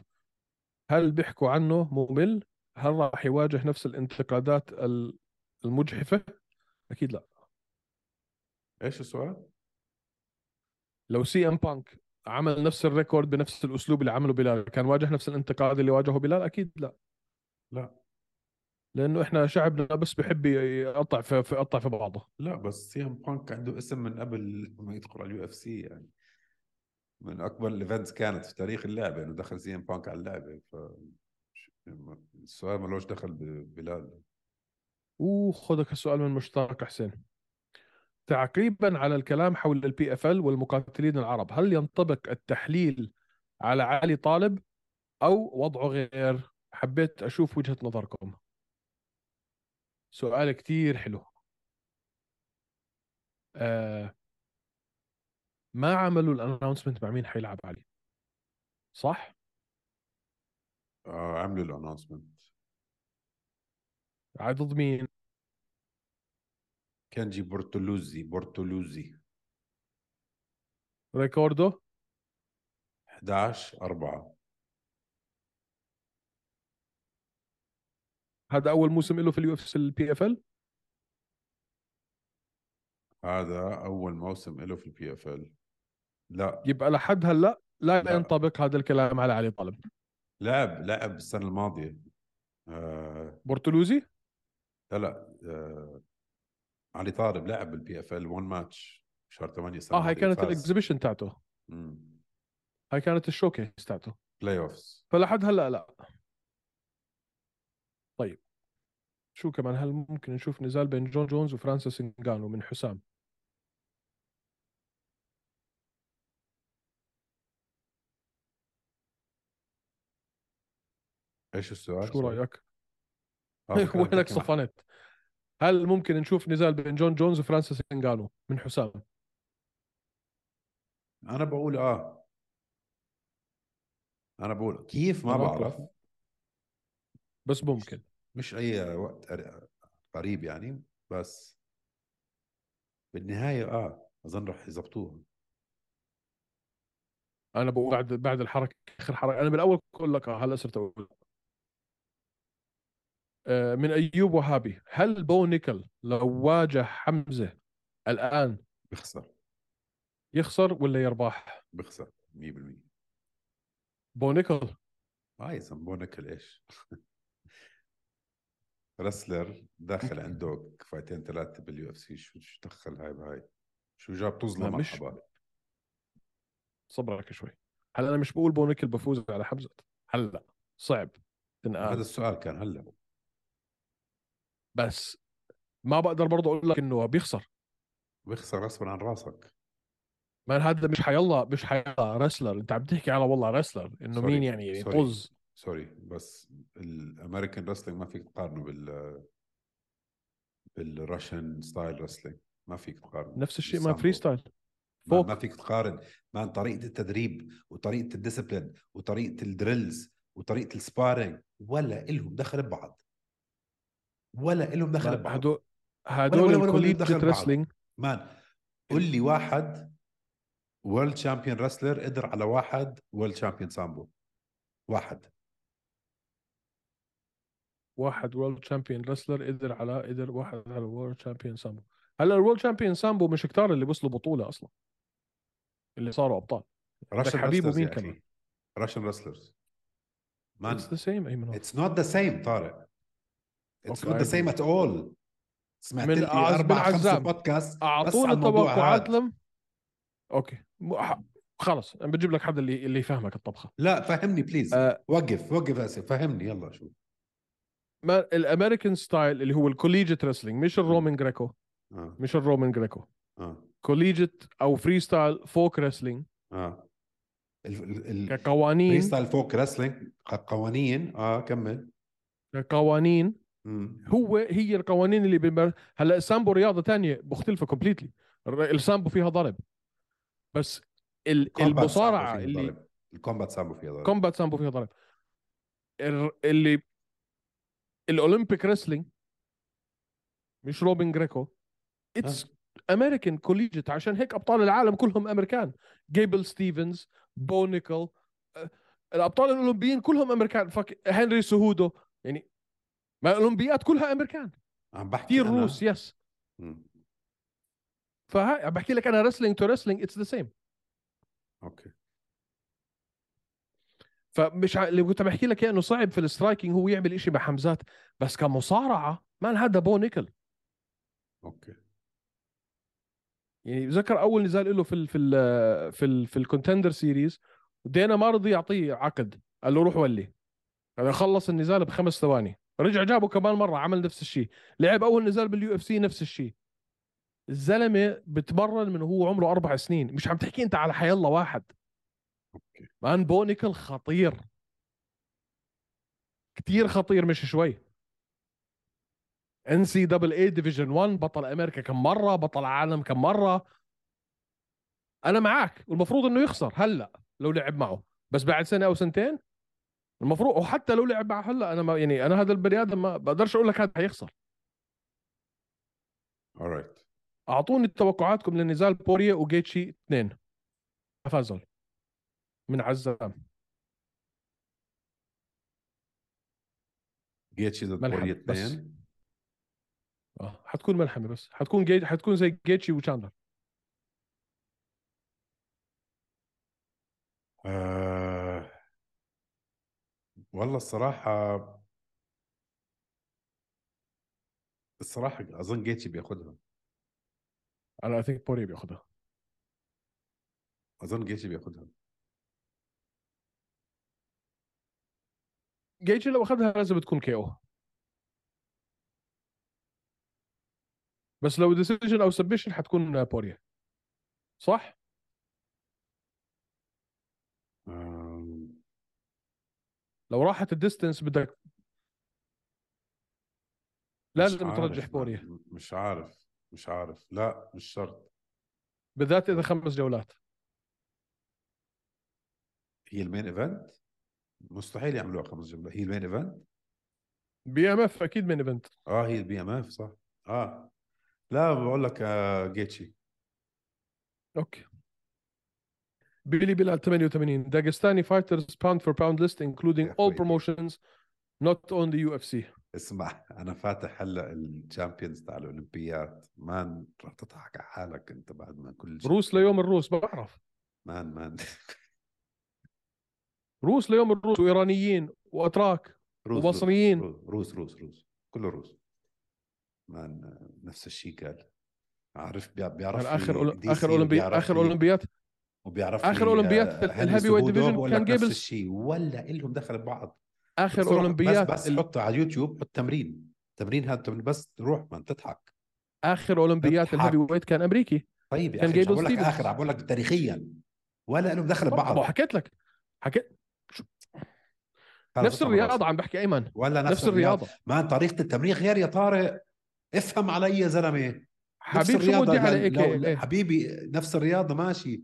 Speaker 2: هل بيحكوا عنه ممل؟ هل راح يواجه نفس الانتقادات ال- المجحفه؟ اكيد لا
Speaker 1: ايش السؤال؟
Speaker 2: لو سي ام بانك عمل نفس الريكورد بنفس الاسلوب اللي عمله بلال كان واجه نفس الانتقاد اللي واجهه بلال اكيد لا
Speaker 1: لا.
Speaker 2: لانه احنا شعبنا بس بحب يقطع في في- يقطع في بعضه
Speaker 1: لا بس سي ام بانك عنده اسم من قبل ما يدخل على اليو اف سي يعني من اكبر الايفنتس كانت في تاريخ اللعبه انه دخل سي ام بانك على اللعبه ف السؤال ملوش دخل ببلال
Speaker 2: وخذك السؤال من مشتاق حسين تعقيبا على الكلام حول البي اف ال والمقاتلين العرب هل ينطبق التحليل على علي طالب او وضعه غير حبيت اشوف وجهة نظركم سؤال كتير حلو آه ما عملوا الاناونسمنت مع مين حيلعب علي صح
Speaker 1: آه عملوا الانونسمنت
Speaker 2: عاد ضد مين
Speaker 1: كانجي بورتولوزي بورتولوزي
Speaker 2: ريكوردو
Speaker 1: 11 4
Speaker 2: هذا اول موسم له في اليو اف البي اف ال
Speaker 1: هذا اول موسم له في البي اف ال لا
Speaker 2: يبقى لحد هلا
Speaker 1: لا.
Speaker 2: لا, لا ينطبق هذا الكلام على علي طالب
Speaker 1: لعب لعب السنه الماضيه آه
Speaker 2: بورتولوزي
Speaker 1: لا لا آه علي طالب لعب بالبي اف ال 1 ماتش شهر 8 السنه
Speaker 2: اه هاي كانت
Speaker 1: فاز.
Speaker 2: الاكزبيشن تاعته هاي كانت الشوكيس تاعته
Speaker 1: بلاي اوفز
Speaker 2: فلحد هلا لا طيب شو كمان هل ممكن نشوف نزال بين جون جونز وفرانسيس انجانو من حسام
Speaker 1: ايش السؤال؟
Speaker 2: شو رايك
Speaker 1: آه، فكرت
Speaker 2: وينك
Speaker 1: بحكي مع-
Speaker 2: صفنت هل ممكن نشوف نزال بين جون جونز وفرانسيس انجانو من حسام
Speaker 1: انا بقول اه انا بقول كيف ما
Speaker 2: أنا
Speaker 1: بعرف
Speaker 2: أتوقع. بس ممكن
Speaker 1: مش اي وقت قر- قريب يعني بس بالنهايه اه اظن رح يظبطوها
Speaker 2: انا بقول بعد بعد الحركه اخر حركه انا بالاول بقول لك آه، هلا صرت اقول آه، من ايوب وهابي هل بو نيكل لو واجه حمزه الان
Speaker 1: بخسر
Speaker 2: يخسر ولا يربح؟
Speaker 1: بخسر 100%
Speaker 2: بو نيكل
Speaker 1: اه يا زلمه بونكل ايش؟ رسلر داخل عنده كفايتين ثلاثه باليو اف سي شو شو دخل هاي بهاي؟ شو جاب
Speaker 2: ما
Speaker 1: تظلم
Speaker 2: مش-
Speaker 1: مرحبا
Speaker 2: صبرك شوي هلا انا مش بقول بو نيكل بفوز على حمزه هلا صعب
Speaker 1: هذا
Speaker 2: تنقال
Speaker 1: السؤال كان هلا
Speaker 2: بس ما بقدر برضه اقول لك انه بيخسر
Speaker 1: بخسر غصبا عن راسك
Speaker 2: ما هذا مش حيلا مش حيلا رسلر انت عم تحكي على والله رسلر انه
Speaker 1: Sorry.
Speaker 2: مين يعني يعني
Speaker 1: Sorry.
Speaker 2: طز
Speaker 1: سوري بس الامريكان رسلينج ما فيك تقارنه بال بالراشن ستايل رسلينج ما فيك تقارنه
Speaker 2: نفس الشيء مع
Speaker 1: بالسامبو.
Speaker 2: فري ستايل
Speaker 1: ما,
Speaker 2: فوق.
Speaker 1: ما فيك تقارن مان طريقه التدريب وطريقه الديسبلين وطريقه الدريلز وطريقه السبارينج ولا إلهم دخل ببعض ولا إلهم دخل ببعض
Speaker 2: هدول
Speaker 1: ولا-
Speaker 2: هدول
Speaker 1: ولا- ولا
Speaker 2: الكوليت
Speaker 1: دخل بعض.
Speaker 2: رسلينج
Speaker 1: مان قول لي واحد وورلد شامبيون رسلر قدر على واحد وورلد شامبيون سامبو واحد
Speaker 2: واحد وورلد تشامبيون رسلر قدر على قدر واحد على الورلد تشامبيون سامبو هلا الورلد تشامبيون سامبو مش كتار اللي وصلوا بطوله اصلا اللي صاروا ابطال
Speaker 1: راشن
Speaker 2: حبيب
Speaker 1: رسلرز
Speaker 2: ومين
Speaker 1: يا أخي
Speaker 2: كمان؟
Speaker 1: راشن رسلرز مان
Speaker 2: اتس ذا سيم ايمن
Speaker 1: It's not the same طارق It's
Speaker 2: Okay,
Speaker 1: not
Speaker 2: I
Speaker 1: the same at all سمعت
Speaker 2: من
Speaker 1: لي
Speaker 2: أعز
Speaker 1: أربع خمس
Speaker 2: بالعزام.
Speaker 1: بودكاست بس
Speaker 2: اعطونا
Speaker 1: على الموضوع
Speaker 2: توقعات
Speaker 1: هاد.
Speaker 2: لم اوكي م- ح- خلص انا بجيب لك حدا اللي اللي يفهمك الطبخه
Speaker 1: لا فهمني بليز
Speaker 2: آه.
Speaker 1: وقف وقف اسف فهمني يلا شو
Speaker 2: ما الامريكان ستايل اللي هو الكوليجيت رسلينج مش الرومان جريكو
Speaker 1: اه
Speaker 2: مش الرومان جريكو
Speaker 1: اه
Speaker 2: كوليجيت او فري ستايل فوك رسلينج
Speaker 1: اه الفري
Speaker 2: كقوانين
Speaker 1: ستايل فوق رسلينج قوانين اه كمل
Speaker 2: كقوانين
Speaker 1: مم.
Speaker 2: هو هي القوانين اللي بمر... هلا السامبو رياضه تانية مختلفه كومبليتلي السامبو فيها ضرب بس ال...
Speaker 1: كومبات
Speaker 2: المصارعه
Speaker 1: سامبو فيه
Speaker 2: اللي
Speaker 1: ضرب. الكومبات سامبو فيها ضرب
Speaker 2: كومبات سامبو فيها ضرب ال... اللي الاولمبيك ريسلينج مش روبن جريكو اتس
Speaker 1: آه.
Speaker 2: امريكان كوليجيت عشان هيك ابطال العالم كلهم امريكان جيبل ستيفنز بونيكل أه، الابطال الاولمبيين كلهم امريكان فك... هنري سهودو يعني ما الاولمبيات كلها امريكان
Speaker 1: عم بحكي
Speaker 2: كثير
Speaker 1: أنا.
Speaker 2: روس يس
Speaker 1: مم.
Speaker 2: فهاي عم بحكي لك انا رسلينج تو رسلينج اتس ذا سيم
Speaker 1: اوكي
Speaker 2: فمش ع... اللي كنت عم بحكي لك إياه انه صعب في السترايكينج هو يعمل إشي مع حمزات بس كمصارعه مان هذا بو نيكل
Speaker 1: اوكي
Speaker 2: يعني بتذكر اول نزال له في ال في ال في ال في الكونتندر سيريز دينا ما رضي يعطيه عقد قال له روح ولي هذا خلص النزال بخمس ثواني رجع جابه كمان مره عمل نفس الشيء لعب اول نزال باليو اف سي نفس الشيء الزلمه بتمرن من هو عمره اربع سنين مش عم تحكي انت على حيالله واحد
Speaker 1: اوكي
Speaker 2: مان بونيكل خطير كتير خطير مش شوي ان سي دبل اي ديفيجن 1 بطل امريكا كم مره بطل عالم كم مره انا معك والمفروض انه يخسر هلا لو لعب معه بس بعد سنه او سنتين المفروض وحتى لو لعب معه هلا انا ما يعني انا هذا البني ادم ما بقدرش اقول لك هذا حيخسر
Speaker 1: alright
Speaker 2: اعطوني توقعاتكم لنزال بوريا وجيتشي اثنين تفازل من عزام
Speaker 1: جيتشي ضد
Speaker 2: ملحمة،
Speaker 1: بوريا
Speaker 2: بس.
Speaker 1: اثنين
Speaker 2: اه حتكون ملحمه بس حتكون جيت حتكون زي جيتشي وشاندر
Speaker 1: آه... والله الصراحة الصراحة أظن جيتشي بياخدها
Speaker 2: انا ثينك بوري بياخذها
Speaker 1: أظن جيتشي بياخدها
Speaker 2: جيتشي لو اخذها لازم تكون كي او بس لو ديسيجن او سبشن حتكون بوريا صح؟
Speaker 1: آه...
Speaker 2: لو راحت الديستنس بدك لازم
Speaker 1: مش
Speaker 2: ترجح
Speaker 1: عارف،
Speaker 2: بوريا
Speaker 1: م- مش عارف مش عارف لا مش شرط
Speaker 2: بالذات اذا خمس جولات
Speaker 1: هي المين ايفنت مستحيل يعملوها خمس جولات هي المين ايفنت
Speaker 2: بي ام اف اكيد من ايفنت
Speaker 1: اه هي البي ام اف صح اه لا بقول لك آه جيتشي
Speaker 2: اوكي بيلي بلال 88 داغستاني فايترز باوند فور باوند ليست انكلودينج
Speaker 1: يا
Speaker 2: اول
Speaker 1: أخوي.
Speaker 2: بروموشنز نوت اونلي يو اف سي
Speaker 1: اسمع انا فاتح هلا الشامبيونز تاع الاولمبيات مان رح تضحك على حالك انت بعد ما كل شيء
Speaker 2: روس ليوم الروس بعرف
Speaker 1: مان مان
Speaker 2: روس ليوم الروس وايرانيين واتراك
Speaker 1: روس
Speaker 2: ومصريين.
Speaker 1: روس روس روس كله روس مان نفس الشيء قال عارف بيع- بيعرف
Speaker 2: يعني اخر
Speaker 1: لي
Speaker 2: أول...
Speaker 1: دي
Speaker 2: اخر
Speaker 1: سي
Speaker 2: اولمبي
Speaker 1: وبيعرف
Speaker 2: اخر
Speaker 1: لي-
Speaker 2: اولمبيات
Speaker 1: وبيعرف
Speaker 2: آخر
Speaker 1: لي،
Speaker 2: أولمبيات
Speaker 1: آه،
Speaker 2: ال-
Speaker 1: هنري
Speaker 2: الهيفي ويت
Speaker 1: سهودو
Speaker 2: ديفيجن
Speaker 1: بقول لك
Speaker 2: كان
Speaker 1: نفس
Speaker 2: جيبلز.
Speaker 1: الشيء ولا إلهم دخل ببعض
Speaker 2: اخر
Speaker 1: بس روح-
Speaker 2: اولمبيات
Speaker 1: بس, بس
Speaker 2: ال...
Speaker 1: حطه على اليوتيوب حط تمرين تمرين هذا التمرين بس روح ما تضحك
Speaker 2: اخر اولمبيات
Speaker 1: بتضحك.
Speaker 2: الهيفي ويت كان امريكي
Speaker 1: طيب يا
Speaker 2: كان
Speaker 1: أخي، مش عم
Speaker 2: جايبه
Speaker 1: بقول لك
Speaker 2: ستيفنز.
Speaker 1: اخر عم بقول لك تاريخيا ولا إلهم دخل
Speaker 2: طب
Speaker 1: ببعض
Speaker 2: حكيت لك حكيت
Speaker 1: خلص
Speaker 2: نفس
Speaker 1: خلص.
Speaker 2: الرياضه عم بحكي ايمن
Speaker 1: ولا
Speaker 2: نفس الرياضه
Speaker 1: ما طريقه التمرين غير يا طارق افهم علي يا زلمه
Speaker 2: حبيب شو
Speaker 1: الرياضة
Speaker 2: مودي على
Speaker 1: لو-
Speaker 2: اي
Speaker 1: لو-
Speaker 2: كي إيه.
Speaker 1: حبيبي نفس الرياضه ماشي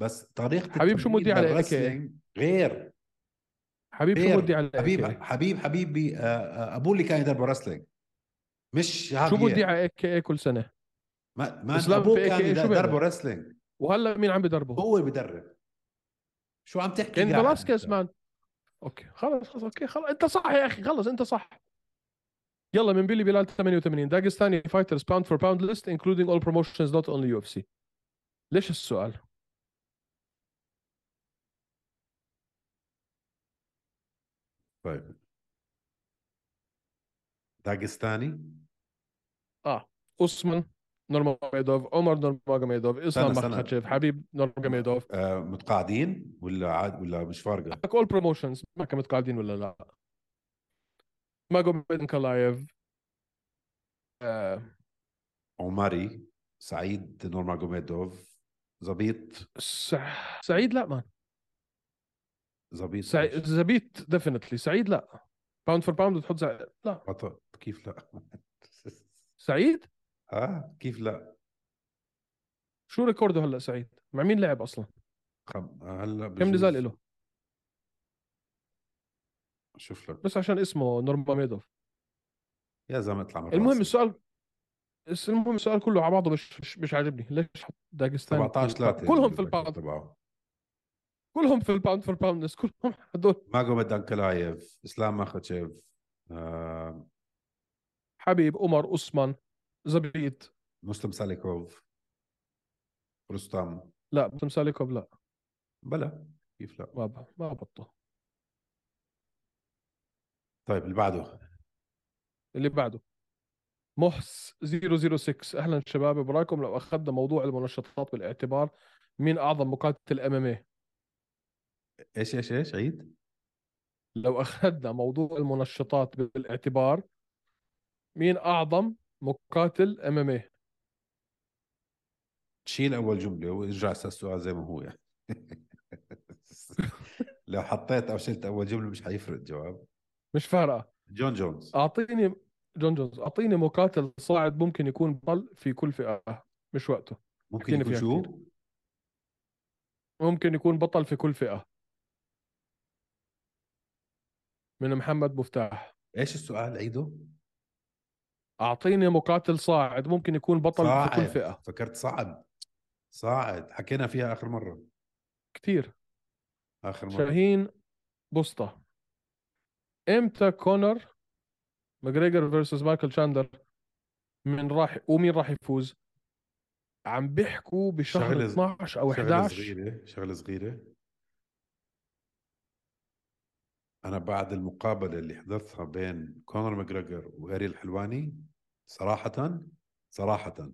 Speaker 1: بس طريقه
Speaker 2: حبيب شو
Speaker 1: التمرين
Speaker 2: مودي على إيه كي؟ إيه
Speaker 1: للرسلينج غير
Speaker 2: حبيب
Speaker 1: غير.
Speaker 2: شو مودي على
Speaker 1: حبيب
Speaker 2: AKA.
Speaker 1: حبيب حبيبي آه، آه، ابوه اللي كان يدرب رسلينج مش
Speaker 2: شو
Speaker 1: هاغير.
Speaker 2: بودي على اي كي اي كل سنه
Speaker 1: ما ما
Speaker 2: اسلام
Speaker 1: ابوه
Speaker 2: في
Speaker 1: كان
Speaker 2: AKA شو
Speaker 1: يدربه
Speaker 2: بيعمل؟
Speaker 1: رسلينج
Speaker 2: وهلا مين عم بدربه؟
Speaker 1: هو اللي بيدرب شو عم تحكي
Speaker 2: كين
Speaker 1: قاعد؟
Speaker 2: فلاسكيز مان اوكي خلص خلص اوكي خلص انت صح يا اخي خلص انت صح يلا من بيلي بلال 88 داغستاني فايترز باوند فور باوند ليست انكلودينج اول بروموشنز نوت اونلي يو اف سي ليش السؤال؟
Speaker 1: طيب داغستاني
Speaker 2: اوسمان نورماجميدوف عمر نورماجميدوف اسلام
Speaker 1: استنى.
Speaker 2: مخاتشيف حبيب نورماجميدوف
Speaker 1: آه، متقاعدين ولا عاد ولا مش فارقه
Speaker 2: اول بروموشنز ما كانوا متقاعدين ولا لا ماجوميد كلايف آه،
Speaker 1: عمري سعيد نورما جوميدوف زبيط
Speaker 2: سع- سعيد لا مان
Speaker 1: زبيط
Speaker 2: سعيد زبيت ديفينتلي سعيد لا باوند فور باوند بتحط سعيد لا
Speaker 1: بطل كيف لا
Speaker 2: سعيد
Speaker 1: اه كيف لا
Speaker 2: شو ريكورده هلا سعيد مع مين لعب اصلا
Speaker 1: خم... هلا
Speaker 2: كم
Speaker 1: بجوز-
Speaker 2: نزال له
Speaker 1: شوف لك
Speaker 2: بس عشان اسمه نورماجميدوف
Speaker 1: يا زلمه اطلع من
Speaker 2: المهم
Speaker 1: راسي.
Speaker 2: السؤال بس المهم السؤال كله على بعضه مش مش, مش عاجبني ليش حط داغستاني
Speaker 1: 17 3
Speaker 2: كلهم في الباوند
Speaker 1: تبعه
Speaker 2: كلهم في الباوند فور باوندنس كلهم هدول
Speaker 1: ماجوميد انكلايف اسلام ماخاتشيف آه،
Speaker 2: حبيب عمر اسمان زبيد
Speaker 1: مسلم ساليكوف رستم
Speaker 2: لا تمساليكوب لا
Speaker 1: بلا كيف لا
Speaker 2: ما ب- ما بطه
Speaker 1: طيب اللي بعده
Speaker 2: اللي بعده محس 006 اهلا شباب برايكم لو اخذنا موضوع المنشطات بالاعتبار مين اعظم مقاتل ام ام
Speaker 1: ايش ايش ايش عيد
Speaker 2: لو اخذنا موضوع المنشطات بالاعتبار مين اعظم مقاتل إيه؟ ام ام
Speaker 1: تشيل اول جمله وارجع على السؤال زي ما هو يعني لو حطيت او شلت اول جمله مش حيفرق الجواب
Speaker 2: مش فارقه
Speaker 1: جون
Speaker 2: آه،
Speaker 1: جونز
Speaker 2: اعطيني جون جونز اعطيني مقاتل صاعد ممكن يكون بطل في كل فئه مش وقته
Speaker 1: ممكن
Speaker 2: حكينا
Speaker 1: يكون
Speaker 2: فيها
Speaker 1: شو
Speaker 2: كتير. ممكن يكون بطل في كل فئه من محمد مفتاح
Speaker 1: ايش السؤال عيده
Speaker 2: اعطيني مقاتل صاعد ممكن يكون بطل في كل
Speaker 1: صاعد.
Speaker 2: فئه
Speaker 1: فكرت صعد صاعد حكينا فيها اخر مره
Speaker 2: كثير
Speaker 1: اخر مره
Speaker 2: شاهين بوسطة امتى كونر ماجريجر فيرسس مايكل شاندر من راح ومين راح يفوز عم بيحكوا بشهر
Speaker 1: شغلة-
Speaker 2: 12 او
Speaker 1: شغله
Speaker 2: 11
Speaker 1: صغيره شغله صغيره انا بعد المقابله اللي حضرتها بين كونر ماجريجر واري الحلواني صراحه صراحه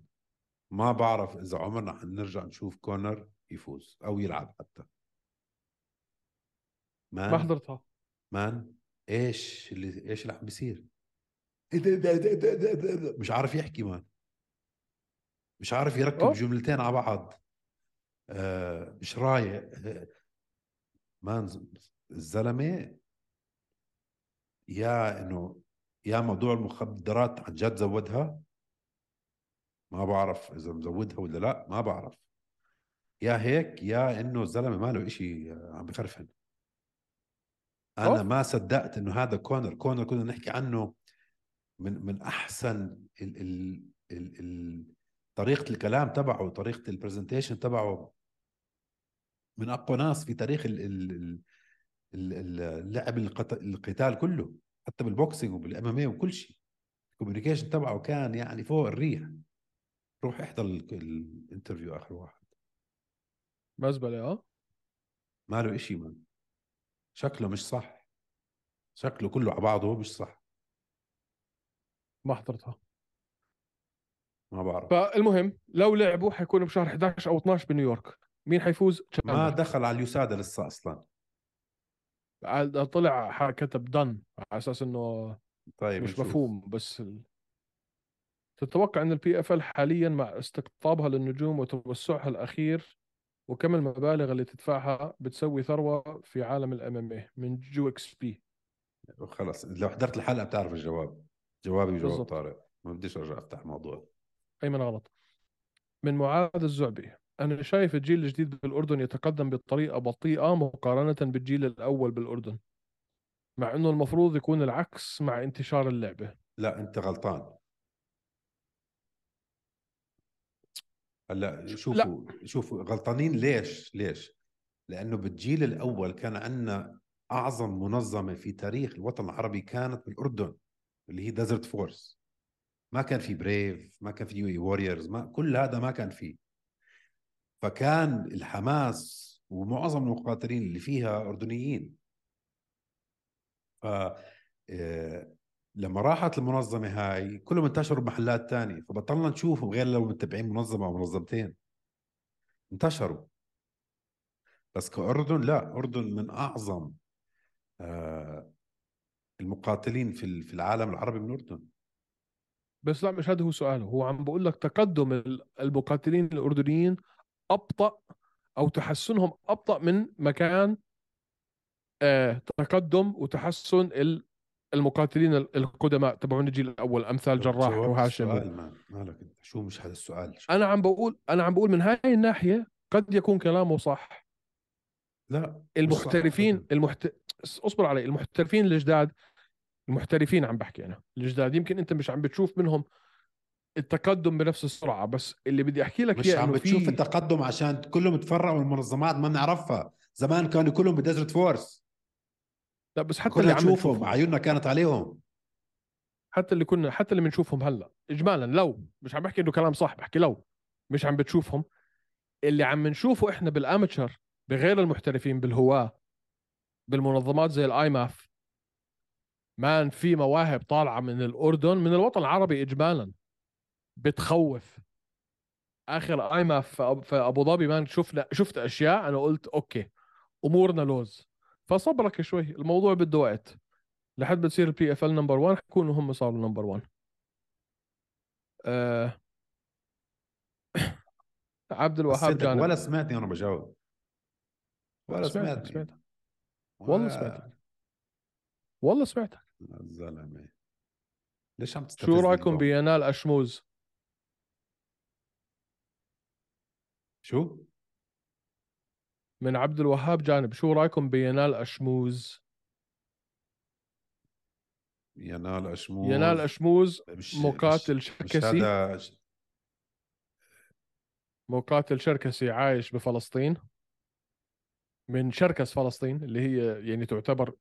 Speaker 1: ما بعرف اذا عمرنا حنرجع نشوف كونر يفوز او يلعب حتى
Speaker 2: ما
Speaker 1: مان
Speaker 2: حضرتها
Speaker 1: مان ايش اللي ايش اللي عم بيصير إيه ده- ده- ده- ده- ده- ده- ده. مش عارف يحكي مان مش عارف يركب
Speaker 2: أوه.
Speaker 1: جملتين على بعض آه مش رايق آه، مان ز- الزلمه يا انه يا موضوع المخدرات عن جد زودها ما بعرف اذا مزودها ولا لا ما بعرف يا هيك يا انه الزلمه ما له شيء عم بخرفن انا
Speaker 2: أوف.
Speaker 1: ما صدقت انه هذا كونر كونر كنا نحكي عنه من من احسن ال ال ال ال طريقه الكلام تبعه طريقه البرزنتيشن تبعه من اقوى ناس في تاريخ ال ال ال ال- ال- اللعب القت- القتال كله حتى بالبوكسينج وبالام ام وكل شيء الكوميونيكيشن تبعه كان يعني فوق الريح روح احضر ال- الانترفيو اخر واحد
Speaker 2: مزبله اه
Speaker 1: ما له شيء من شكله مش صح شكله كله على بعضه مش صح
Speaker 2: ما حضرتها
Speaker 1: ما بعرف
Speaker 2: فالمهم لو لعبوا حيكونوا بشهر 11 او 12 بنيويورك مين حيفوز
Speaker 1: ما
Speaker 2: تشاندلر.
Speaker 1: دخل على اليوسادا لسه اصلا
Speaker 2: عاد طلع ح- كتب دن على اساس انه
Speaker 1: طيب
Speaker 2: مش
Speaker 1: نشوف.
Speaker 2: مفهوم بس ال... تتوقع ان البي اف ال حاليا مع استقطابها للنجوم وتوسعها الاخير وكم المبالغ اللي تدفعها بتسوي ثروه في عالم الام من جو اكس بي
Speaker 1: خلص لو حضرت الحلقه بتعرف الجواب جوابي وجواب
Speaker 2: بالضبط.
Speaker 1: طارق ما بديش ارجع افتح موضوع
Speaker 2: ايمن غلط من معاذ الزعبي انا شايف الجيل الجديد بالاردن يتقدم بطريقه بطيئه مقارنه بالجيل الاول بالاردن مع انه المفروض يكون العكس مع انتشار اللعبه
Speaker 1: لا انت غلطان هلا شوفوا شوفوا غلطانين ليش ليش لانه بالجيل الاول كان عندنا اعظم منظمه في تاريخ الوطن العربي كانت بالاردن اللي هي ديزرت فورس ما كان في بريف ما كان في يو اي ووريرز ما كل هذا ما كان فيه فكان الحماس ومعظم المقاتلين اللي فيها اردنيين ف آه، لما راحت المنظمه هاي كلهم انتشروا بمحلات تانية فبطلنا نشوفهم غير لو متبعين منظمه او منظمتين انتشروا بس كاردن لا اردن من اعظم آه، المقاتلين في ال- في العالم العربي من الاردن
Speaker 2: بس لا مش هذا هو سؤاله هو عم بقول لك تقدم ال- المقاتلين الاردنيين ابطا او تحسنهم ابطا من مكان آه تقدم وتحسن ال- المقاتلين ال- القدماء تبعون الجيل الاول امثال جراح
Speaker 1: جاوبت
Speaker 2: وهاشم
Speaker 1: طيب، السؤال، مان. مالك انت شو مش هذا السؤال
Speaker 2: انا عم بقول انا عم بقول من هاي الناحيه قد يكون كلامه صح
Speaker 1: لا صح
Speaker 2: المحترفين
Speaker 1: أبداً.
Speaker 2: المحت... اصبر علي المحترفين الجداد المحترفين عم بحكي انا الجداد يمكن انت مش عم بتشوف منهم التقدم بنفس السرعه بس اللي بدي احكي لك
Speaker 1: مش
Speaker 2: اياه
Speaker 1: عم
Speaker 2: إنه
Speaker 1: بتشوف
Speaker 2: في-
Speaker 1: التقدم عشان كلهم تفرقوا من منظمات ما بنعرفها زمان كانوا كلهم بديزرت فورس
Speaker 2: لا بس حتى اللي
Speaker 1: كنا
Speaker 2: عم
Speaker 1: نشوفهم
Speaker 2: نشوفهم
Speaker 1: عيوننا كانت عليهم
Speaker 2: حتى اللي كنا حتى اللي بنشوفهم هلا اجمالا لو مش عم بحكي انه كلام صح بحكي لو مش عم بتشوفهم اللي عم نشوفه احنا بالاماتشر بغير المحترفين بالهواه بالمنظمات زي الايماف مان في مواهب طالعه من الاردن من الوطن العربي اجمالا بتخوف اخر ايماف في أب- في ابو ظبي مان شفنا شفت اشياء انا قلت اوكي امورنا لوز فصبرك شوي الموضوع بده وقت لحد ما تصير البي اف ال نمبر 1 حيكونوا هم صاروا نمبر 1 آه... عبد الوهاب
Speaker 1: حسيتك
Speaker 2: جانب
Speaker 1: ولا سمعتني وانا بجاوب ولا
Speaker 2: سمعتك،
Speaker 1: سمعتني
Speaker 2: سمعتك. والله سمعتك والله سمعتك
Speaker 1: الزلمه ليش عم
Speaker 2: شو
Speaker 1: تستفزني
Speaker 2: رايكم
Speaker 1: اليوم؟
Speaker 2: بينال اشموز
Speaker 1: شو؟
Speaker 2: من عبد الوهاب جانب شو رايكم بينال اشموز
Speaker 1: ينال اشموز
Speaker 2: ينال اشموز
Speaker 1: مش يعني،
Speaker 2: مقاتل
Speaker 1: مش
Speaker 2: شركسي
Speaker 1: هذا
Speaker 2: مقاتل شركسي عايش بفلسطين من شركس فلسطين اللي هي يعني تعتبر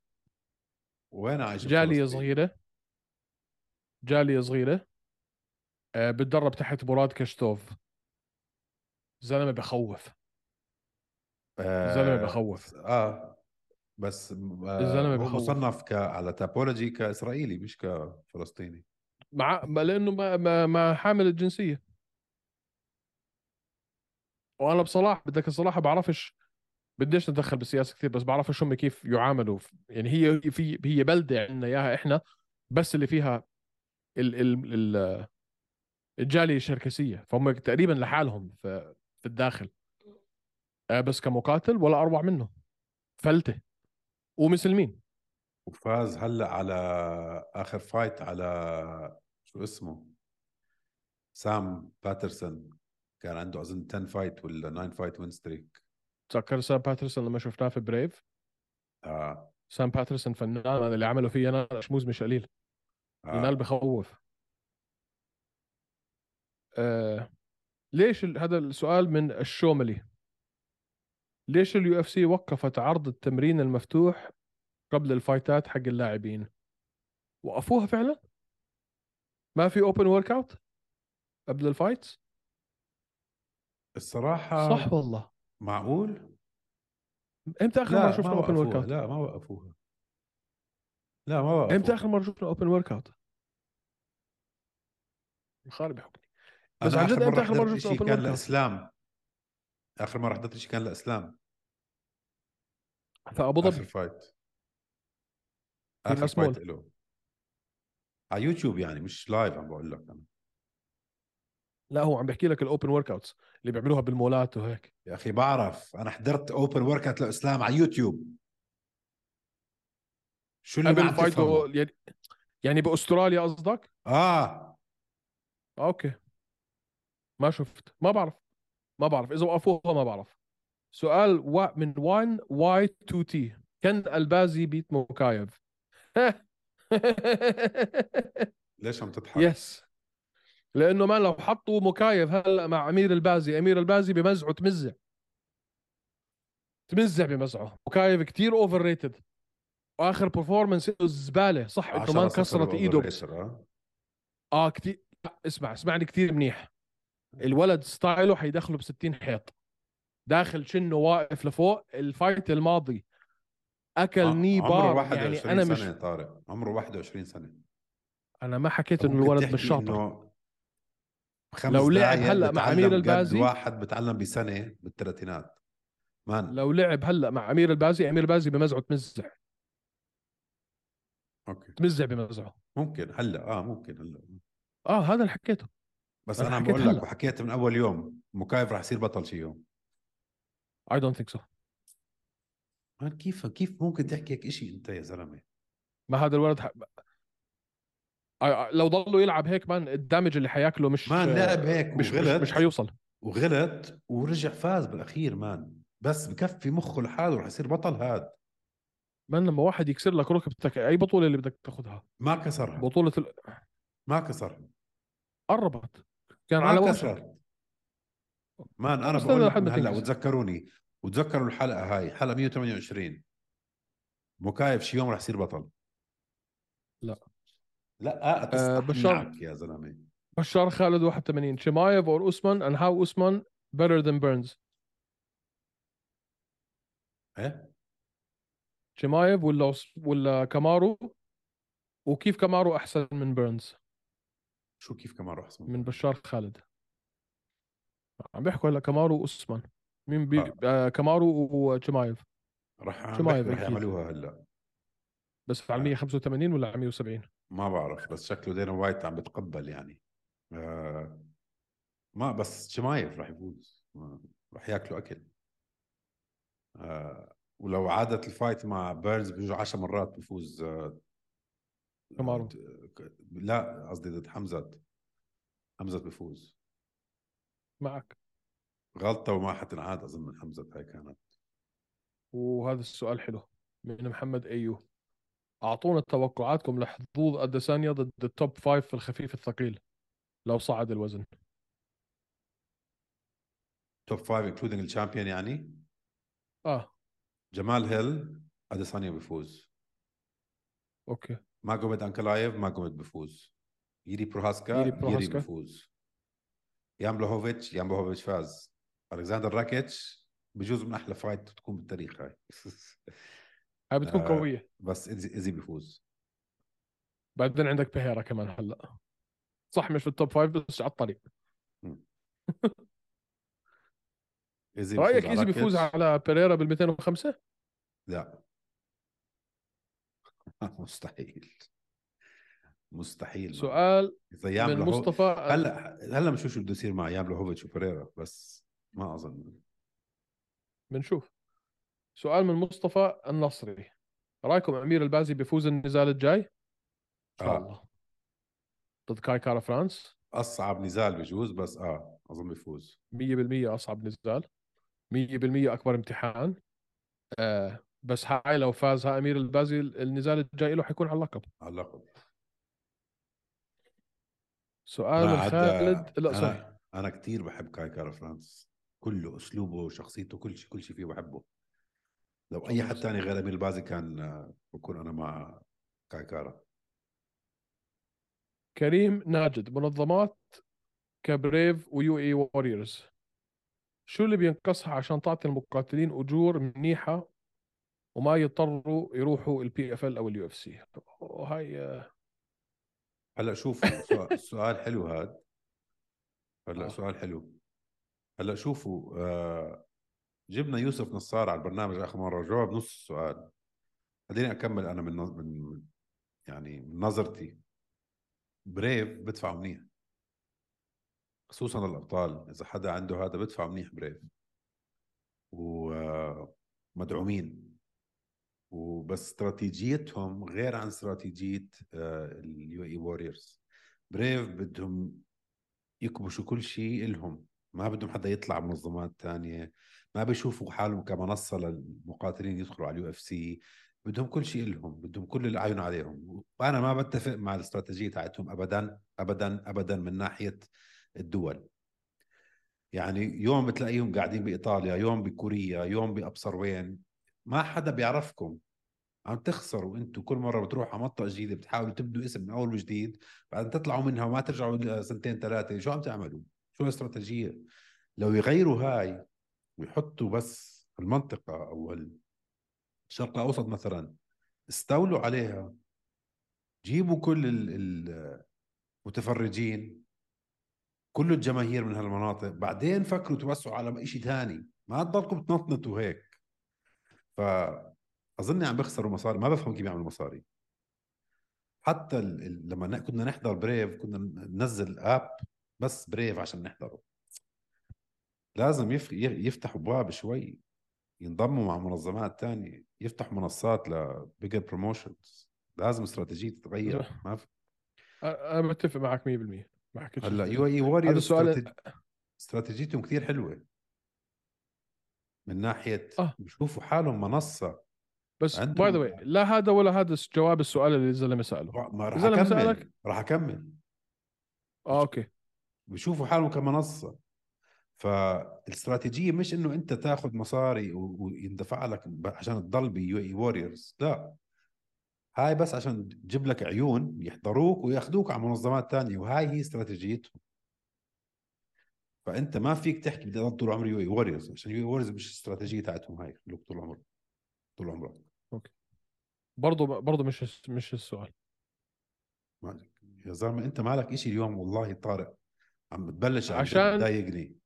Speaker 1: وين عايش
Speaker 2: جالية
Speaker 1: بفلسطين؟
Speaker 2: صغيرة جالية صغيرة آه، بتدرب تحت مراد كشتوف زلمة بخوف
Speaker 1: آه،
Speaker 2: الزلمة بخوف.
Speaker 1: اه بس آه
Speaker 2: الزلمة
Speaker 1: هو
Speaker 2: بخوف.
Speaker 1: مصنف ك على تابولوجي كاسرائيلي مش كفلسطيني
Speaker 2: مع ما- لأنه ما, ما, ما حامل الجنسية وأنا بصراحة بدك الصراحة بعرفش بديش نتدخل بالسياسة كثير بس بعرفش هم كيف يعاملوا يعني هي في هي بلدة عندنا إياها إحنا بس اللي فيها ال ال ال الجالية الشركسية فهم تقريبا لحالهم في, في الداخل آه، بس كمقاتل ولا أروع منه فلتة ومسلمين
Speaker 1: وفاز هلا على اخر فايت على شو اسمه سام باترسون كان عنده اظن 10 فايت ولا 9 فايت وين ستريك
Speaker 2: تذكر سام باترسون لما شفناه في بريف
Speaker 1: آه.
Speaker 2: سام باترسون فنان أنا اللي عمله فيه انا شموز مش قليل
Speaker 1: آه.
Speaker 2: ينال بخوف آه. ليش ال- هذا السؤال من الشوملي ليش اليو اف سي وقفت عرض التمرين المفتوح قبل الفايتات حق اللاعبين وقفوها فعلا ما في اوبن ورك اوت قبل الفايت
Speaker 1: الصراحه
Speaker 2: صح والله
Speaker 1: معقول
Speaker 2: امتى اخر مره
Speaker 1: لا ما
Speaker 2: شفنا اوبن ورك
Speaker 1: وقفوها
Speaker 2: اوت
Speaker 1: لا ما وقفوها لا ما وقفوها
Speaker 2: امتى اخر مره شفنا اوبن ورك اوت خارب حكمي بس
Speaker 1: أنا
Speaker 2: عن جد
Speaker 1: آخر
Speaker 2: انت اخر مره
Speaker 1: حضرت
Speaker 2: شفت
Speaker 1: إشي
Speaker 2: اوبن
Speaker 1: كان
Speaker 2: ورك اوت
Speaker 1: لاسلام اخر مره حضرت شيء كان لاسلام
Speaker 2: في ابو
Speaker 1: اخر
Speaker 2: ظبي
Speaker 1: فايت
Speaker 2: في
Speaker 1: اخر
Speaker 2: مسمول.
Speaker 1: فايت له على يوتيوب يعني مش لايف عم بقول لك انا
Speaker 2: لا هو عم بحكي لك الاوبن ورك اوتس اللي بيعملوها بالمولات وهيك
Speaker 1: يا اخي بعرف انا حضرت اوبن ورك اوت لاسلام على يوتيوب شو اللي ما
Speaker 2: قبل
Speaker 1: عم
Speaker 2: فايت
Speaker 1: تفهمه؟
Speaker 2: يعني يعني باستراليا قصدك؟
Speaker 1: اه
Speaker 2: آه، اوكي ما شفت ما بعرف ما بعرف اذا وقفوها ما بعرف سؤال و... من وان واي 2 تي كان البازي بيت موكايف
Speaker 1: ليش عم تضحك؟
Speaker 2: يس لانه ما لو حطوا مكايف هلا مع امير البازي امير البازي بمزعه تمزع تمزع بمزعه مكايف كتير اوفر ريتد واخر برفورمنس زباله صح انه
Speaker 1: 10
Speaker 2: ما انكسرت
Speaker 1: صفر
Speaker 2: ايده بس
Speaker 1: over 10.
Speaker 2: اه كتير لا، اسمع اسمعني كتير منيح الولد ستايله حيدخله ب 60 حيط داخل شنه واقف لفوق الفايت الماضي اكل
Speaker 1: آه،
Speaker 2: ني
Speaker 1: عمره
Speaker 2: بار
Speaker 1: 21
Speaker 2: يعني انا مش
Speaker 1: سنة طارق عمره 21 سنة
Speaker 2: انا ما حكيت انه
Speaker 1: ممكن
Speaker 2: الولد
Speaker 1: تحكي
Speaker 2: مش شاطر
Speaker 1: إنه خمس
Speaker 2: لو لعب
Speaker 1: دقايق
Speaker 2: هلأ مع
Speaker 1: بتعلم قد
Speaker 2: أمير البازي-
Speaker 1: واحد بتعلم بسنة بالثلاثينات مان
Speaker 2: لو لعب هلا مع امير البازي امير البازي بمزعه تمزع
Speaker 1: اوكي
Speaker 2: تمزع بمزعه
Speaker 1: ممكن هلا اه ممكن هلا
Speaker 2: اه هذا اللي حكيته
Speaker 1: بس
Speaker 2: أنا
Speaker 1: انا عم
Speaker 2: حكيت
Speaker 1: بقول لك
Speaker 2: هلأ.
Speaker 1: وحكيت من اول يوم مكايف رح يصير بطل شي يوم
Speaker 2: اي دونت ثينك سو
Speaker 1: مان كيف كيف ممكن تحكي هيك شيء انت يا زلمه
Speaker 2: ما هذا الولد ح... آه، آه، لو ضلوا يلعب هيك مان الدامج اللي حياكله مش
Speaker 1: مان لعب هيك
Speaker 2: مش مش,
Speaker 1: وغلط.
Speaker 2: مش حيوصل
Speaker 1: وغلط ورجع فاز بالاخير مان بس بكفي مخه لحاله رح يصير بطل هاد
Speaker 2: مان لما واحد يكسر لك ركبتك اي بطوله اللي بدك تاخذها
Speaker 1: ما كسرها
Speaker 2: بطوله ال...
Speaker 1: ما كسرها
Speaker 2: قربت كان على
Speaker 1: ما
Speaker 2: وشك
Speaker 1: كسر مان انا
Speaker 2: استنى
Speaker 1: بقول
Speaker 2: لحد
Speaker 1: لكم
Speaker 2: ما
Speaker 1: هلا
Speaker 2: تنكسر.
Speaker 1: وتذكروني وتذكروا الحلقه هاي حلقه 128 مكايف شي يوم رح يصير بطل
Speaker 2: لا.
Speaker 1: لا
Speaker 2: آه، بشار-
Speaker 1: بشار يا زلمه
Speaker 2: بشار خالد 81 شمايف اور اوسمان and how اوسمان better than بيرنز
Speaker 1: ايه
Speaker 2: شمايف ولا عس- ولا كامارو وكيف كامارو احسن من بيرنز
Speaker 1: شو كيف كمان رح يصير
Speaker 2: من بشار خالد عم بيحكوا هلا كامارو واسمان مين بي...
Speaker 1: آه.
Speaker 2: آه. كامارو وشمايف
Speaker 1: رح
Speaker 2: شو
Speaker 1: عم بحكي
Speaker 2: ما
Speaker 1: رح
Speaker 2: يبقى أكيد.
Speaker 1: يعملوها هلا
Speaker 2: بس على
Speaker 1: آه.
Speaker 2: 185 ولا على 170
Speaker 1: ما بعرف بس شكله دينا وايت عم بتقبل يعني آه ما بس شمايف رح يفوز ما- رح ياكلوا اكل آه ولو عادت الفايت مع بيرنز بجوز 10 مرات بفوز آه
Speaker 2: كامارو.
Speaker 1: ضد- ك- لا قصدي ضد حمزه حمزه بفوز
Speaker 2: معك
Speaker 1: غلطه وما حتنعاد اظن من حمزه هاي كانت
Speaker 2: وهذا السؤال حلو من محمد ايو اعطونا توقعاتكم لحظوظ اديسانيا ضد التوب فايف في الخفيف الثقيل لو صعد الوزن
Speaker 1: توب فايف انكلودينج الشامبيون يعني
Speaker 2: اه
Speaker 1: جمال هيل اديسانيا بفوز
Speaker 2: اوكي
Speaker 1: ماجوميد انكلايف ماجوميد بفوز ييري بروهاسكا
Speaker 2: ييري
Speaker 1: ييري,
Speaker 2: بروهاسكا.
Speaker 1: بفوز يان بلوهوفيتش يان بلوهوفيتش فاز الكساندر راكيتش بجوز من احلى فايت تكون بالتاريخ هاي
Speaker 2: هاي بتكون
Speaker 1: آه.
Speaker 2: قويه
Speaker 1: بس ايزي إيزي بفوز
Speaker 2: بعدين عندك بهيرا كمان هلا صح مش في التوب فايف بس على الطريق
Speaker 1: ايزي
Speaker 2: رايك ايزي بيفوز
Speaker 1: راكيتش.
Speaker 2: على بيريرا بال 205
Speaker 1: لا مستحيل مستحيل مان.
Speaker 2: سؤال
Speaker 1: اذا يان
Speaker 2: من
Speaker 1: بلوهو-
Speaker 2: مصطفى
Speaker 1: هلا هلا بنشوف شو بده يصير مع يان بلوهوفيتش وبريرا بس ما اظن
Speaker 2: بنشوف سؤال من مصطفى النصري رايكم امير البازي بيفوز النزال الجاي؟ ان شاء
Speaker 1: آه.
Speaker 2: الله ضد كاي كارا فرانس
Speaker 1: اصعب نزال بجوز بس اه اظن بيفوز
Speaker 2: 100% اصعب نزال 100% اكبر امتحان آه بس هاي لو فاز ها امير البازي النزال الجاي له حيكون على اللقب
Speaker 1: على اللقب
Speaker 2: سؤال
Speaker 1: ما
Speaker 2: من
Speaker 1: عدا-
Speaker 2: خالد لا سوري
Speaker 1: انا انا كثير بحب كاي كارا فرانس كله اسلوبه شخصيته كل شيء كل شيء فيه بحبه لو اي حد ثاني غير امير البازي كان آه، بكون انا مع كاي كارا
Speaker 2: كريم ناجد منظمات كبريف ويو اي ووريرز شو اللي بينقصها عشان تعطي المقاتلين اجور منيحه وما يضطروا يروحوا البي اف ال او اليو اف سي هاي آه،
Speaker 1: هلا شوفوا سؤال- سؤال حلو هاد هلا
Speaker 2: آه.
Speaker 1: سؤال حلو هلا شوفوا آه، جبنا يوسف نصار على البرنامج اخر مره جاوب نص السؤال خليني اكمل انا من نظ- من يعني من نظرتي بريف بدفع منيح خصوصا الابطال اذا حدا عنده هذا بدفع منيح بريف آه، ومدعومين وبس استراتيجيتهم غير آه، عن استراتيجيه اليو اي ووريرز بريف E بدهم يكبشوا كل شيء إلهم ما بدهم حدا يطلع منظمات تانية ما بيشوفوا حالهم كمنصة للمقاتلين يدخلوا على اليو اف سي بدهم كل شيء لهم بدهم كل الأعين عليهم وأنا ما بتفق مع الاستراتيجية تاعتهم أبدا أبدا أبدا من ناحية الدول يعني يوم بتلاقيهم قاعدين بإيطاليا يوم بكوريا يوم بأبصر وين ما حدا بيعرفكم عم تخسروا انتم كل مره بتروحوا على منطقه جديده بتحاولوا تبدوا اسم من اول وجديد بعدين تطلعوا منها وما ترجعوا سنتين ثلاثه شو عم تعملوا؟ شو الاستراتيجيه؟ لو يغيروا هاي ويحطوا بس المنطقه او الشرق الاوسط مثلا استولوا عليها جيبوا كل ال- المتفرجين كل الجماهير من هالمناطق بعدين فكروا توسعوا على شيء ثاني ما تضلكم تنطنطوا هيك ف اظني عم بيخسروا مصاري ما بفهم كيف بيعملوا مصاري حتى ال... ال- لما ن- كنا نحضر بريف كنا ننزل اب بس بريف عشان نحضره لازم يف... ي- يفتحوا بواب شوي ينضموا مع منظمات تانية يفتحوا منصات لبيجر بروموشنز لازم استراتيجيه تتغير ما في
Speaker 2: انا بتفق معك 100% ما حكيتش
Speaker 1: هلا يو اي واريورز
Speaker 2: هذا السؤال-
Speaker 1: استراتيجيتهم كثير حلوه من ناحيه
Speaker 2: آه.
Speaker 1: بشوفوا حالهم منصه
Speaker 2: بس
Speaker 1: عندهم-
Speaker 2: باي ذا واي لا هذا ولا هذا س- جواب السؤال اللي الزلمه ساله
Speaker 1: ما راح
Speaker 2: إذا أنا
Speaker 1: اكمل
Speaker 2: بسألك-
Speaker 1: راح اكمل
Speaker 2: آه اوكي
Speaker 1: بشوفوا حالهم كمنصه فالاستراتيجيه مش انه انت تاخذ مصاري و- ويندفع لك ب- عشان تضل بيو اي ووريرز لا هاي بس عشان تجيب لك عيون يحضروك وياخذوك على منظمات تانية وهاي هي استراتيجيتهم فانت ما فيك تحكي بدي اضل طول عمري يو اي ووريرز عشان يو اي ووريرز مش الاستراتيجيه تاعتهم هاي اللي طول عمرك طول عمرك
Speaker 2: برضه برضه مش الس- مش السؤال
Speaker 1: ما- يا زلمه انت مالك إشي اليوم والله طارق عم بتبلش عم
Speaker 2: عشان-
Speaker 1: تضايقني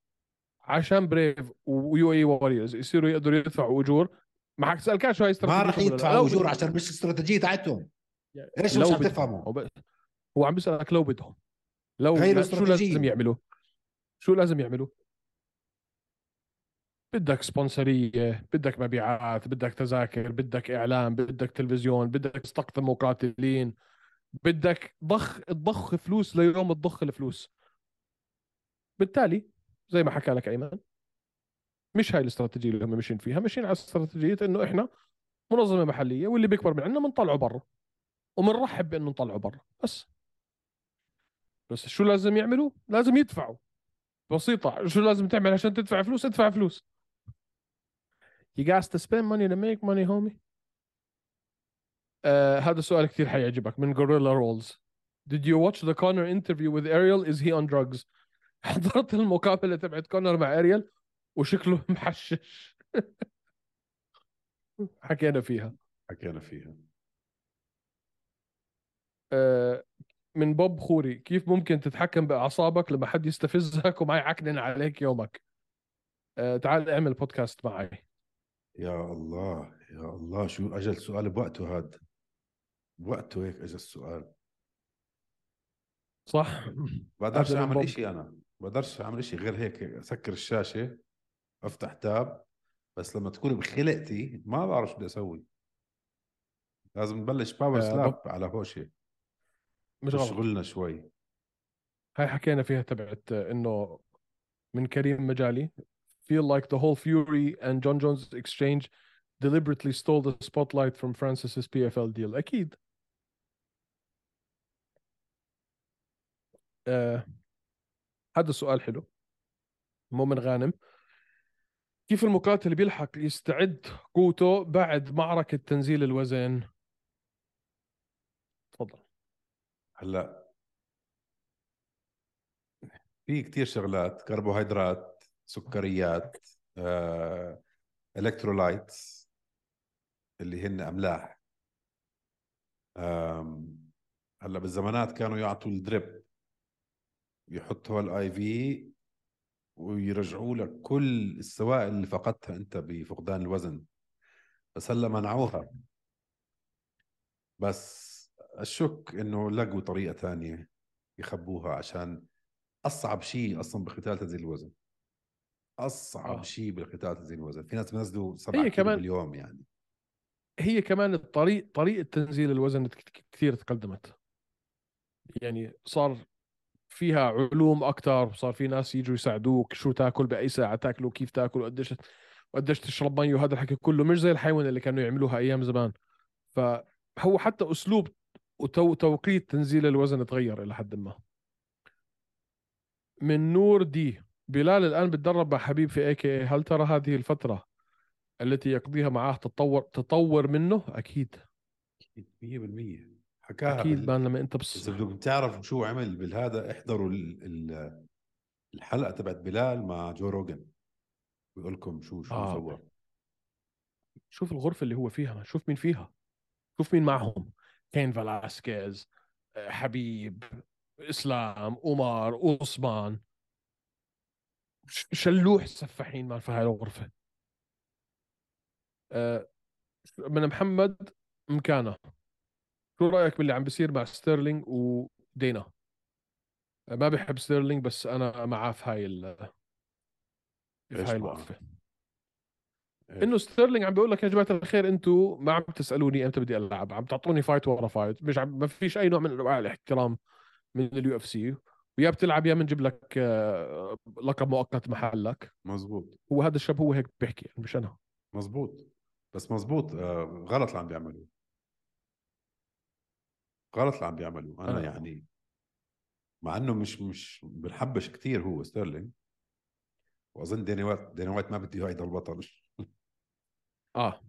Speaker 2: عشان بريف ويو اي واريورز يصيروا يقدروا يدفعوا اجور ما حكي سالكاش هاي
Speaker 1: ما
Speaker 2: استراتيجيتهم
Speaker 1: راح
Speaker 2: ولا لا.
Speaker 1: يدفعوا
Speaker 2: لو
Speaker 1: اجور
Speaker 2: بدهم.
Speaker 1: عشان مش الاستراتيجيه تاعتهم
Speaker 2: يعني
Speaker 1: ايش
Speaker 2: لو
Speaker 1: مش عم
Speaker 2: بدهم.
Speaker 1: تفهموا
Speaker 2: هو ب- هو عم بيسالك لو بدهم لو
Speaker 1: غير
Speaker 2: لا- شو
Speaker 1: استراتيجية.
Speaker 2: لازم يعملوا؟ شو لازم يعملوا؟ بدك سبونسريه، بدك مبيعات، بدك تذاكر، بدك اعلام، بدك تلفزيون، بدك تستقطب مقاتلين، بدك ضخ تضخ فلوس ليوم تضخ الفلوس. بالتالي زي ما حكى لك ايمن مش هاي الاستراتيجيه اللي هم ماشيين فيها، ماشيين على استراتيجيه انه احنا منظمه محليه واللي بيكبر من عندنا بنطلعه برا وبنرحب بانه نطلعه برا بس بس شو لازم يعملوا؟ لازم يدفعوا بسيطة شو لازم تعمل عشان تدفع فلوس؟ ادفع فلوس You guys to spend money to make money homie آه هذا سؤال كثير حيعجبك من Gorilla Rolls Did you watch the Connor interview with Ariel? Is he on drugs? حضرت المقابلة تبعت كونر مع أريل وشكله محشش حكينا فيها
Speaker 1: حكينا فيها
Speaker 2: آه، من بوب خوري كيف ممكن تتحكم بأعصابك لما حد يستفزك وما يعكنن عليك يومك آه، تعال اعمل بودكاست معي
Speaker 1: يا الله يا الله شو اجى السؤال بوقته هذا بوقته هيك اجى السؤال
Speaker 2: صح
Speaker 1: بقدرش
Speaker 2: أجل
Speaker 1: اعمل
Speaker 2: البوم.
Speaker 1: إشي انا بقدرش اعمل إشي غير هيك اسكر الشاشه افتح تاب بس لما تكون بخلقتي ما بعرف شو بدي اسوي لازم نبلش باور
Speaker 2: آه،
Speaker 1: سلاب على هوشه
Speaker 2: مش غلط
Speaker 1: شغلنا شوي
Speaker 2: هاي حكينا فيها تبعت آه، انه من كريم مجالي feel like the whole Fury and John Jones exchange deliberately stole the spotlight from Francis's PFL deal اكيد آه، هذا السؤال حلو مؤمن غانم كيف المقاتل بيلحق يستعد قوته بعد معركة تنزيل الوزن تفضل
Speaker 1: هلا في كتير شغلات كربوهيدرات سكريات آه، الكترولايتس اللي هن املاح آم، هلا بالزمانات كانوا يعطوا الدريب يحطوا الاي في ويرجعوا لك كل السوائل اللي فقدتها انت بفقدان الوزن بس هلا منعوها بس الشك انه لقوا طريقه ثانيه يخبوها عشان اصعب شيء اصلا بقتال تنزيل الوزن اصعب
Speaker 2: آه.
Speaker 1: شيء بالقتال تنزيل الوزن في ناس بنزلوا سبعة
Speaker 2: هي
Speaker 1: كيلو
Speaker 2: كمان-
Speaker 1: باليوم يعني
Speaker 2: هي كمان الطريق طريقه تنزيل الوزن كثير تقدمت يعني صار فيها علوم اكثر صار في ناس يجوا يساعدوك شو تاكل باي ساعه تاكله كيف تاكل وقديش وقديش تشرب مي وهذا الحكي كله مش زي الحيوان اللي كانوا يعملوها ايام زمان فهو حتى اسلوب وتو توقيت تنزيل الوزن تغير الى حد ما من نور دي بلال الان بتدرب مع حبيب في اي كي هل ترى هذه الفتره التي يقضيها معاه تتطور تطور منه اكيد
Speaker 1: 100% حكاها
Speaker 2: اكيد
Speaker 1: بال...
Speaker 2: بان لما انت بص
Speaker 1: اذا بدكم تعرفوا شو عمل بالهذا احضروا ال... ال... الحلقه تبعت بلال مع جو روجن بيقول لكم شو شو
Speaker 2: آه.
Speaker 1: سوى
Speaker 2: شوف الغرفه اللي هو فيها شوف مين فيها شوف مين معهم كين فلاسكيز آه، حبيب اسلام عمر اوسمان ش- شلوح سفاحين مال في هاي الغرفه آه، من محمد مكانه شو رايك باللي عم بيصير مع ستيرلينج ودينا آه، ما بحب ستيرلينج بس انا معاه في هاي ال في
Speaker 1: إيش
Speaker 2: هاي
Speaker 1: معه؟
Speaker 2: الوقفه
Speaker 1: إيش؟
Speaker 2: انه ستيرلينج عم بيقول لك يا جماعه الخير انتم ما عم تسالوني امتى بدي العب عم تعطوني فايت ورا فايت مش عم ما فيش اي نوع من انواع الاحترام من اليو اف سي ويا بتلعب يا بنجيب لك آه، لقب مؤقت محلك
Speaker 1: مزبوط
Speaker 2: هو هذا الشاب هو هيك بيحكي مش انا
Speaker 1: مزبوط بس مزبوط آه غلط اللي عم بيعملوه غلط اللي عم بيعملوه انا
Speaker 2: أنا-
Speaker 1: يعني مع انه مش مش بنحبش كثير هو ستيرلينج واظن دينا وايت دينا وايت ما بده اياه يضل بطل
Speaker 2: اه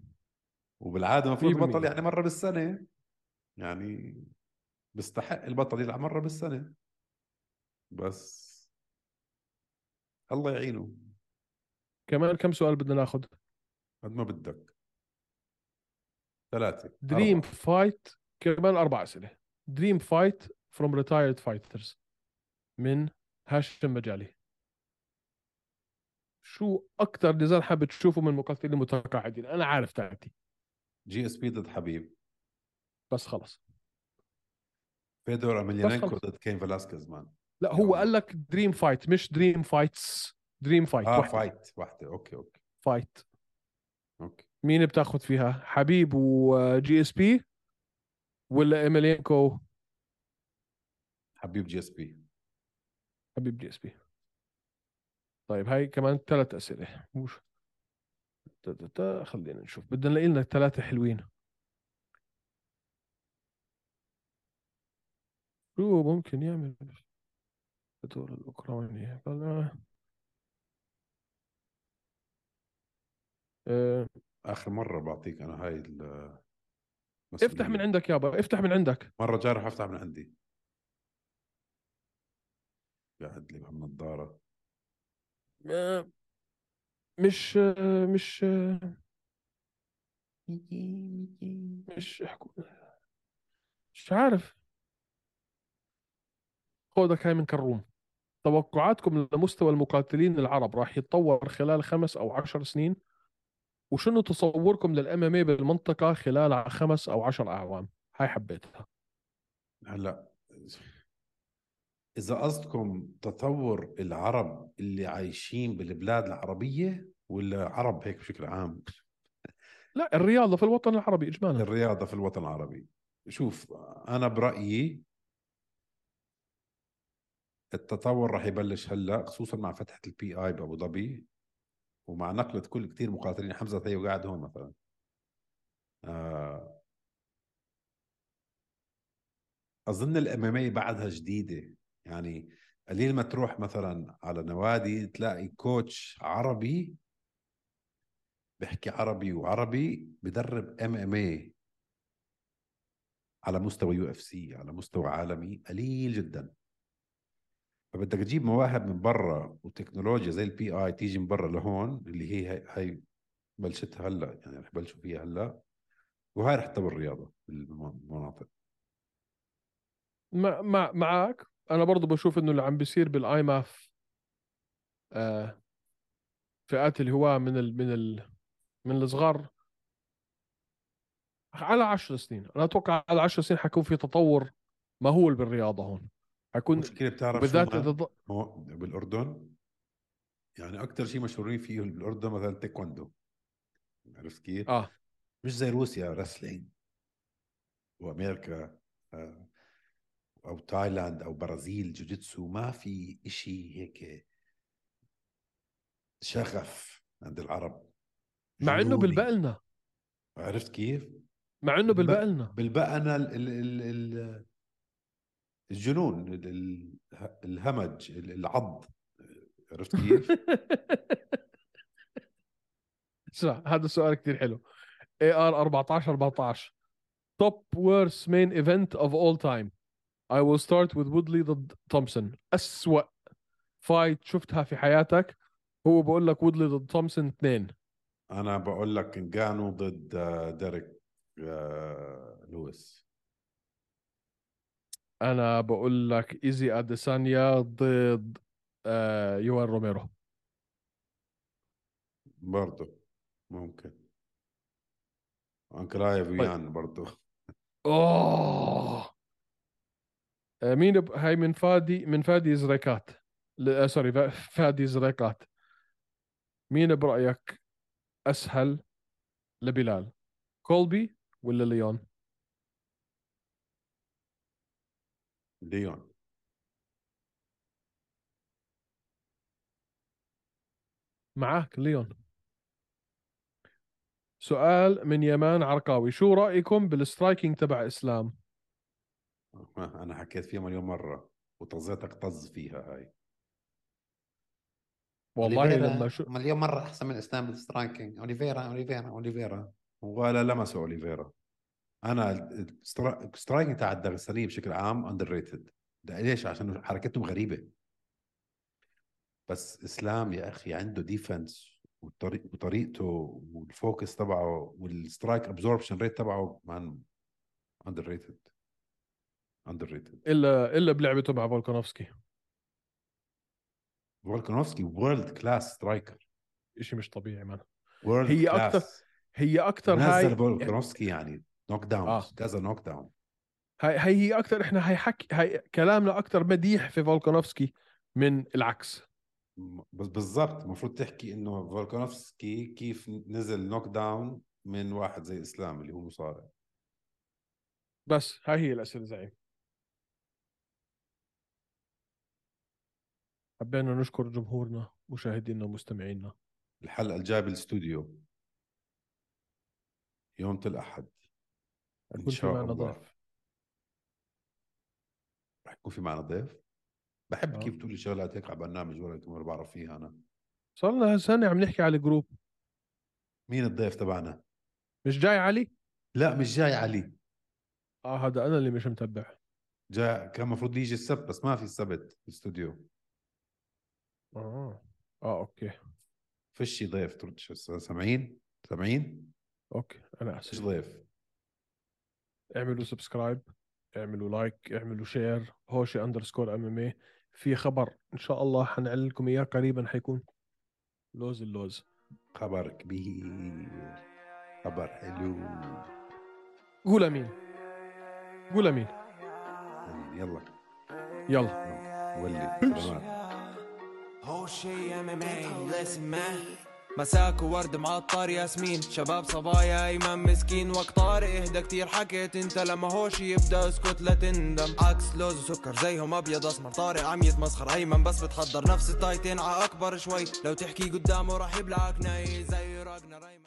Speaker 1: وبالعاده المفروض
Speaker 2: 100%
Speaker 1: بطل يعني مره بالسنه يعني بيستحق البطل يلعب مره بالسنه بس الله يعينه
Speaker 2: كمان كم سؤال بدنا ناخذ
Speaker 1: قد ما بدك ثلاثه
Speaker 2: دريم
Speaker 1: أربعة.
Speaker 2: فايت كمان اربع اسئله دريم فايت فروم ريتايرد فايترز من هاشم مجالي شو اكثر نزال حابب تشوفه من مقاتلين المتقاعدين انا عارف تاعتي
Speaker 1: جي اس بي ضد حبيب
Speaker 2: بس خلص
Speaker 1: فيدور امليانينكو
Speaker 2: خلص.
Speaker 1: ضد كين فلاسكيز مان
Speaker 2: لا هو
Speaker 1: يلا.
Speaker 2: قال لك دريم فايت مش دريم فايتس دريم فايت
Speaker 1: اه
Speaker 2: واحدة.
Speaker 1: فايت واحده اوكي اوكي
Speaker 2: فايت
Speaker 1: اوكي
Speaker 2: مين بتاخذ فيها حبيب وجي اس بي ولا ايميلينكو
Speaker 1: حبيب جي اس بي
Speaker 2: حبيب جي اس بي طيب هاي كمان ثلاث اسئله وش تا- تا- تا، خلينا نشوف بدنا نلاقي لنا ثلاثه حلوين شو ممكن يعمل الدور الاوكراني بلا أه
Speaker 1: اخر مره بعطيك انا هاي ال
Speaker 2: افتح من عندك يابا افتح من عندك
Speaker 1: مره جاي رح افتح من عندي قاعد لي بهالنضاره
Speaker 2: أه مش أه مش أه مش احكوا مش عارف خودك هاي من كروم توقعاتكم لمستوى المقاتلين العرب راح يتطور خلال خمس او عشر سنين وشنو تصوركم للام ام بالمنطقه خلال خمس او عشر اعوام هاي حبيتها
Speaker 1: هلا اذا قصدكم تطور العرب اللي عايشين بالبلاد العربيه ولا عرب هيك بشكل عام
Speaker 2: لا الرياضه في الوطن العربي اجمالا
Speaker 1: الرياضه في الوطن العربي شوف انا برايي التطور رح يبلش هلا خصوصا مع فتحه البي اي بابو ظبي ومع نقله كل كثير مقاتلين حمزه طيب قاعد هون مثلا آه، اظن الاماميه بعدها جديده يعني قليل ما تروح مثلا على نوادي تلاقي كوتش عربي بحكي عربي وعربي بدرب ام ام اي على مستوى يو اف سي على مستوى عالمي قليل جدا فبدك تجيب مواهب من برا وتكنولوجيا زي البي اي تيجي من برا لهون اللي هي هي, هي بلشتها هلا يعني رح بلشوا فيها هلا وهاي رح تطور الرياضه بالمناطق
Speaker 2: مع مع معك انا برضو بشوف انه اللي عم بيصير بالاي ماف آه فئات الهواه من ال من ال من الصغار على عشر سنين انا اتوقع على عشر سنين حيكون في تطور مهول بالرياضه هون حيكون
Speaker 1: المشكله بتعرف شو
Speaker 2: بالذات
Speaker 1: ما-
Speaker 2: اذا ض-
Speaker 1: هو بالاردن يعني اكثر شيء مشهورين فيه بالاردن مثلا تايكوندو عرفت كيف؟
Speaker 2: اه
Speaker 1: مش زي روسيا رسلينج وامريكا آه، او تايلاند او برازيل جوجيتسو ما في إشي هيك شغف عند العرب
Speaker 2: مع انه
Speaker 1: جنوني.
Speaker 2: بالبقلنا
Speaker 1: عرفت كيف؟
Speaker 2: مع انه
Speaker 1: بالبق-
Speaker 2: بالبقلنا
Speaker 1: بالبقنا ال ال ال ال الجنون ال ال الهمج ال- العض عرفت كيف؟
Speaker 2: اسمع هذا السؤال كثير حلو اي ار 14 14 توب worst مين ايفنت اوف اول تايم اي ويل ستارت وذ وودلي ضد تومسون اسوأ فايت شفتها في حياتك هو بقول لك وودلي ضد تومسون اثنين
Speaker 1: انا بقول لك انجانو ضد آه، ديريك آه، لويس
Speaker 2: انا بقول لك ايزي اديسانيا ضد آه يوان روميرو
Speaker 1: برضه ممكن آية انكرايف ويان برضه
Speaker 2: اوه آه، مين ب... هاي من فادي من فادي زريكات ل... آه، سوري فا- فادي زريكات مين برأيك أسهل لبلال كولبي ولا ليون
Speaker 1: ليون
Speaker 2: معك ليون سؤال من يمان عرقاوي شو رأيكم بالسترايكينج تبع إسلام
Speaker 1: انا حكيت فيها مليون مره وطزيتك طز فيها هاي
Speaker 2: والله لما شو
Speaker 1: مليون مره احسن من اسلام بالسترايكينج اوليفيرا اوليفيرا اوليفيرا ولا لمسه اوليفيرا انا ال- السترا- السترايكينج تاع الدغستانيه بشكل عام اندر ريتد ليش عشان حركتهم غريبه بس اسلام يا اخي عنده ديفنس وطريق وطريقته والفوكس تبعه والسترايك ابزوربشن ريت تبعه مان اندر ريتد اندر ريتد
Speaker 2: إلا إلا بلعبته مع فولكانوفسكي
Speaker 1: فولكانوفسكي وورلد كلاس سترايكر
Speaker 2: إشي مش طبيعي مان
Speaker 1: وورلد
Speaker 2: هي أكتر- هي أكتر هاي
Speaker 1: نزل فولكانوفسكي يعني نوك داون
Speaker 2: آه.
Speaker 1: كذا نوك داون
Speaker 2: هاي هاي هي اكثر احنا هاي حكي هاي كلامنا اكثر مديح في فولكانوفسكي من العكس
Speaker 1: بس بالضبط المفروض تحكي انه فولكانوفسكي كيف نزل نوك داون من واحد زي اسلام اللي هو مصارع
Speaker 2: بس هاي هي الاسئله زعيم حبينا نشكر جمهورنا مشاهدينا ومستمعينا
Speaker 1: الحلقه الجايه بالاستوديو يوم الاحد ان
Speaker 2: كنت
Speaker 1: شاء
Speaker 2: معنا
Speaker 1: الله
Speaker 2: ضيف
Speaker 1: رح يكون في معنا ضيف بحب
Speaker 2: آه.
Speaker 1: كيف بتقول لي شغلات هيك على برنامج ولا كم مرة بعرف فيها انا
Speaker 2: صار لنا سنه عم نحكي على الجروب
Speaker 1: مين الضيف تبعنا
Speaker 2: مش جاي علي
Speaker 1: لا مش جاي علي
Speaker 2: اه هذا انا اللي مش متبع
Speaker 1: جاء كان المفروض يجي السبت بس ما في السبت بالاستوديو آه.
Speaker 2: اه اه اوكي
Speaker 1: فشي ضيف ترد شو سامعين سامعين
Speaker 2: اوكي انا
Speaker 1: مش
Speaker 2: اسف
Speaker 1: ضيف
Speaker 2: اعملوا سبسكرايب اعملوا لايك اعملوا شير هوشي اندرسكور ام ام في خبر ان شاء الله حنعلن لكم اياه قريبا حيكون لوز اللوز
Speaker 1: خبر كبير خبر حلو
Speaker 2: قول امين قول امين
Speaker 1: يلا
Speaker 2: يلا
Speaker 1: ولي سلامات.
Speaker 3: هو شي ام ام مساك وورد معطر ياسمين شباب صبايا ايمن مسكين وقت طارق اهدى كتير حكيت انت لما هوش يبدا اسكت لا تندم عكس لوز وسكر زيهم ابيض اسمر طارق عم يتمسخر ايمن بس بتحضر نفس التايتين ع اكبر شوي لو تحكي قدامه راح يبلعك ناي زي راجنر أيمن.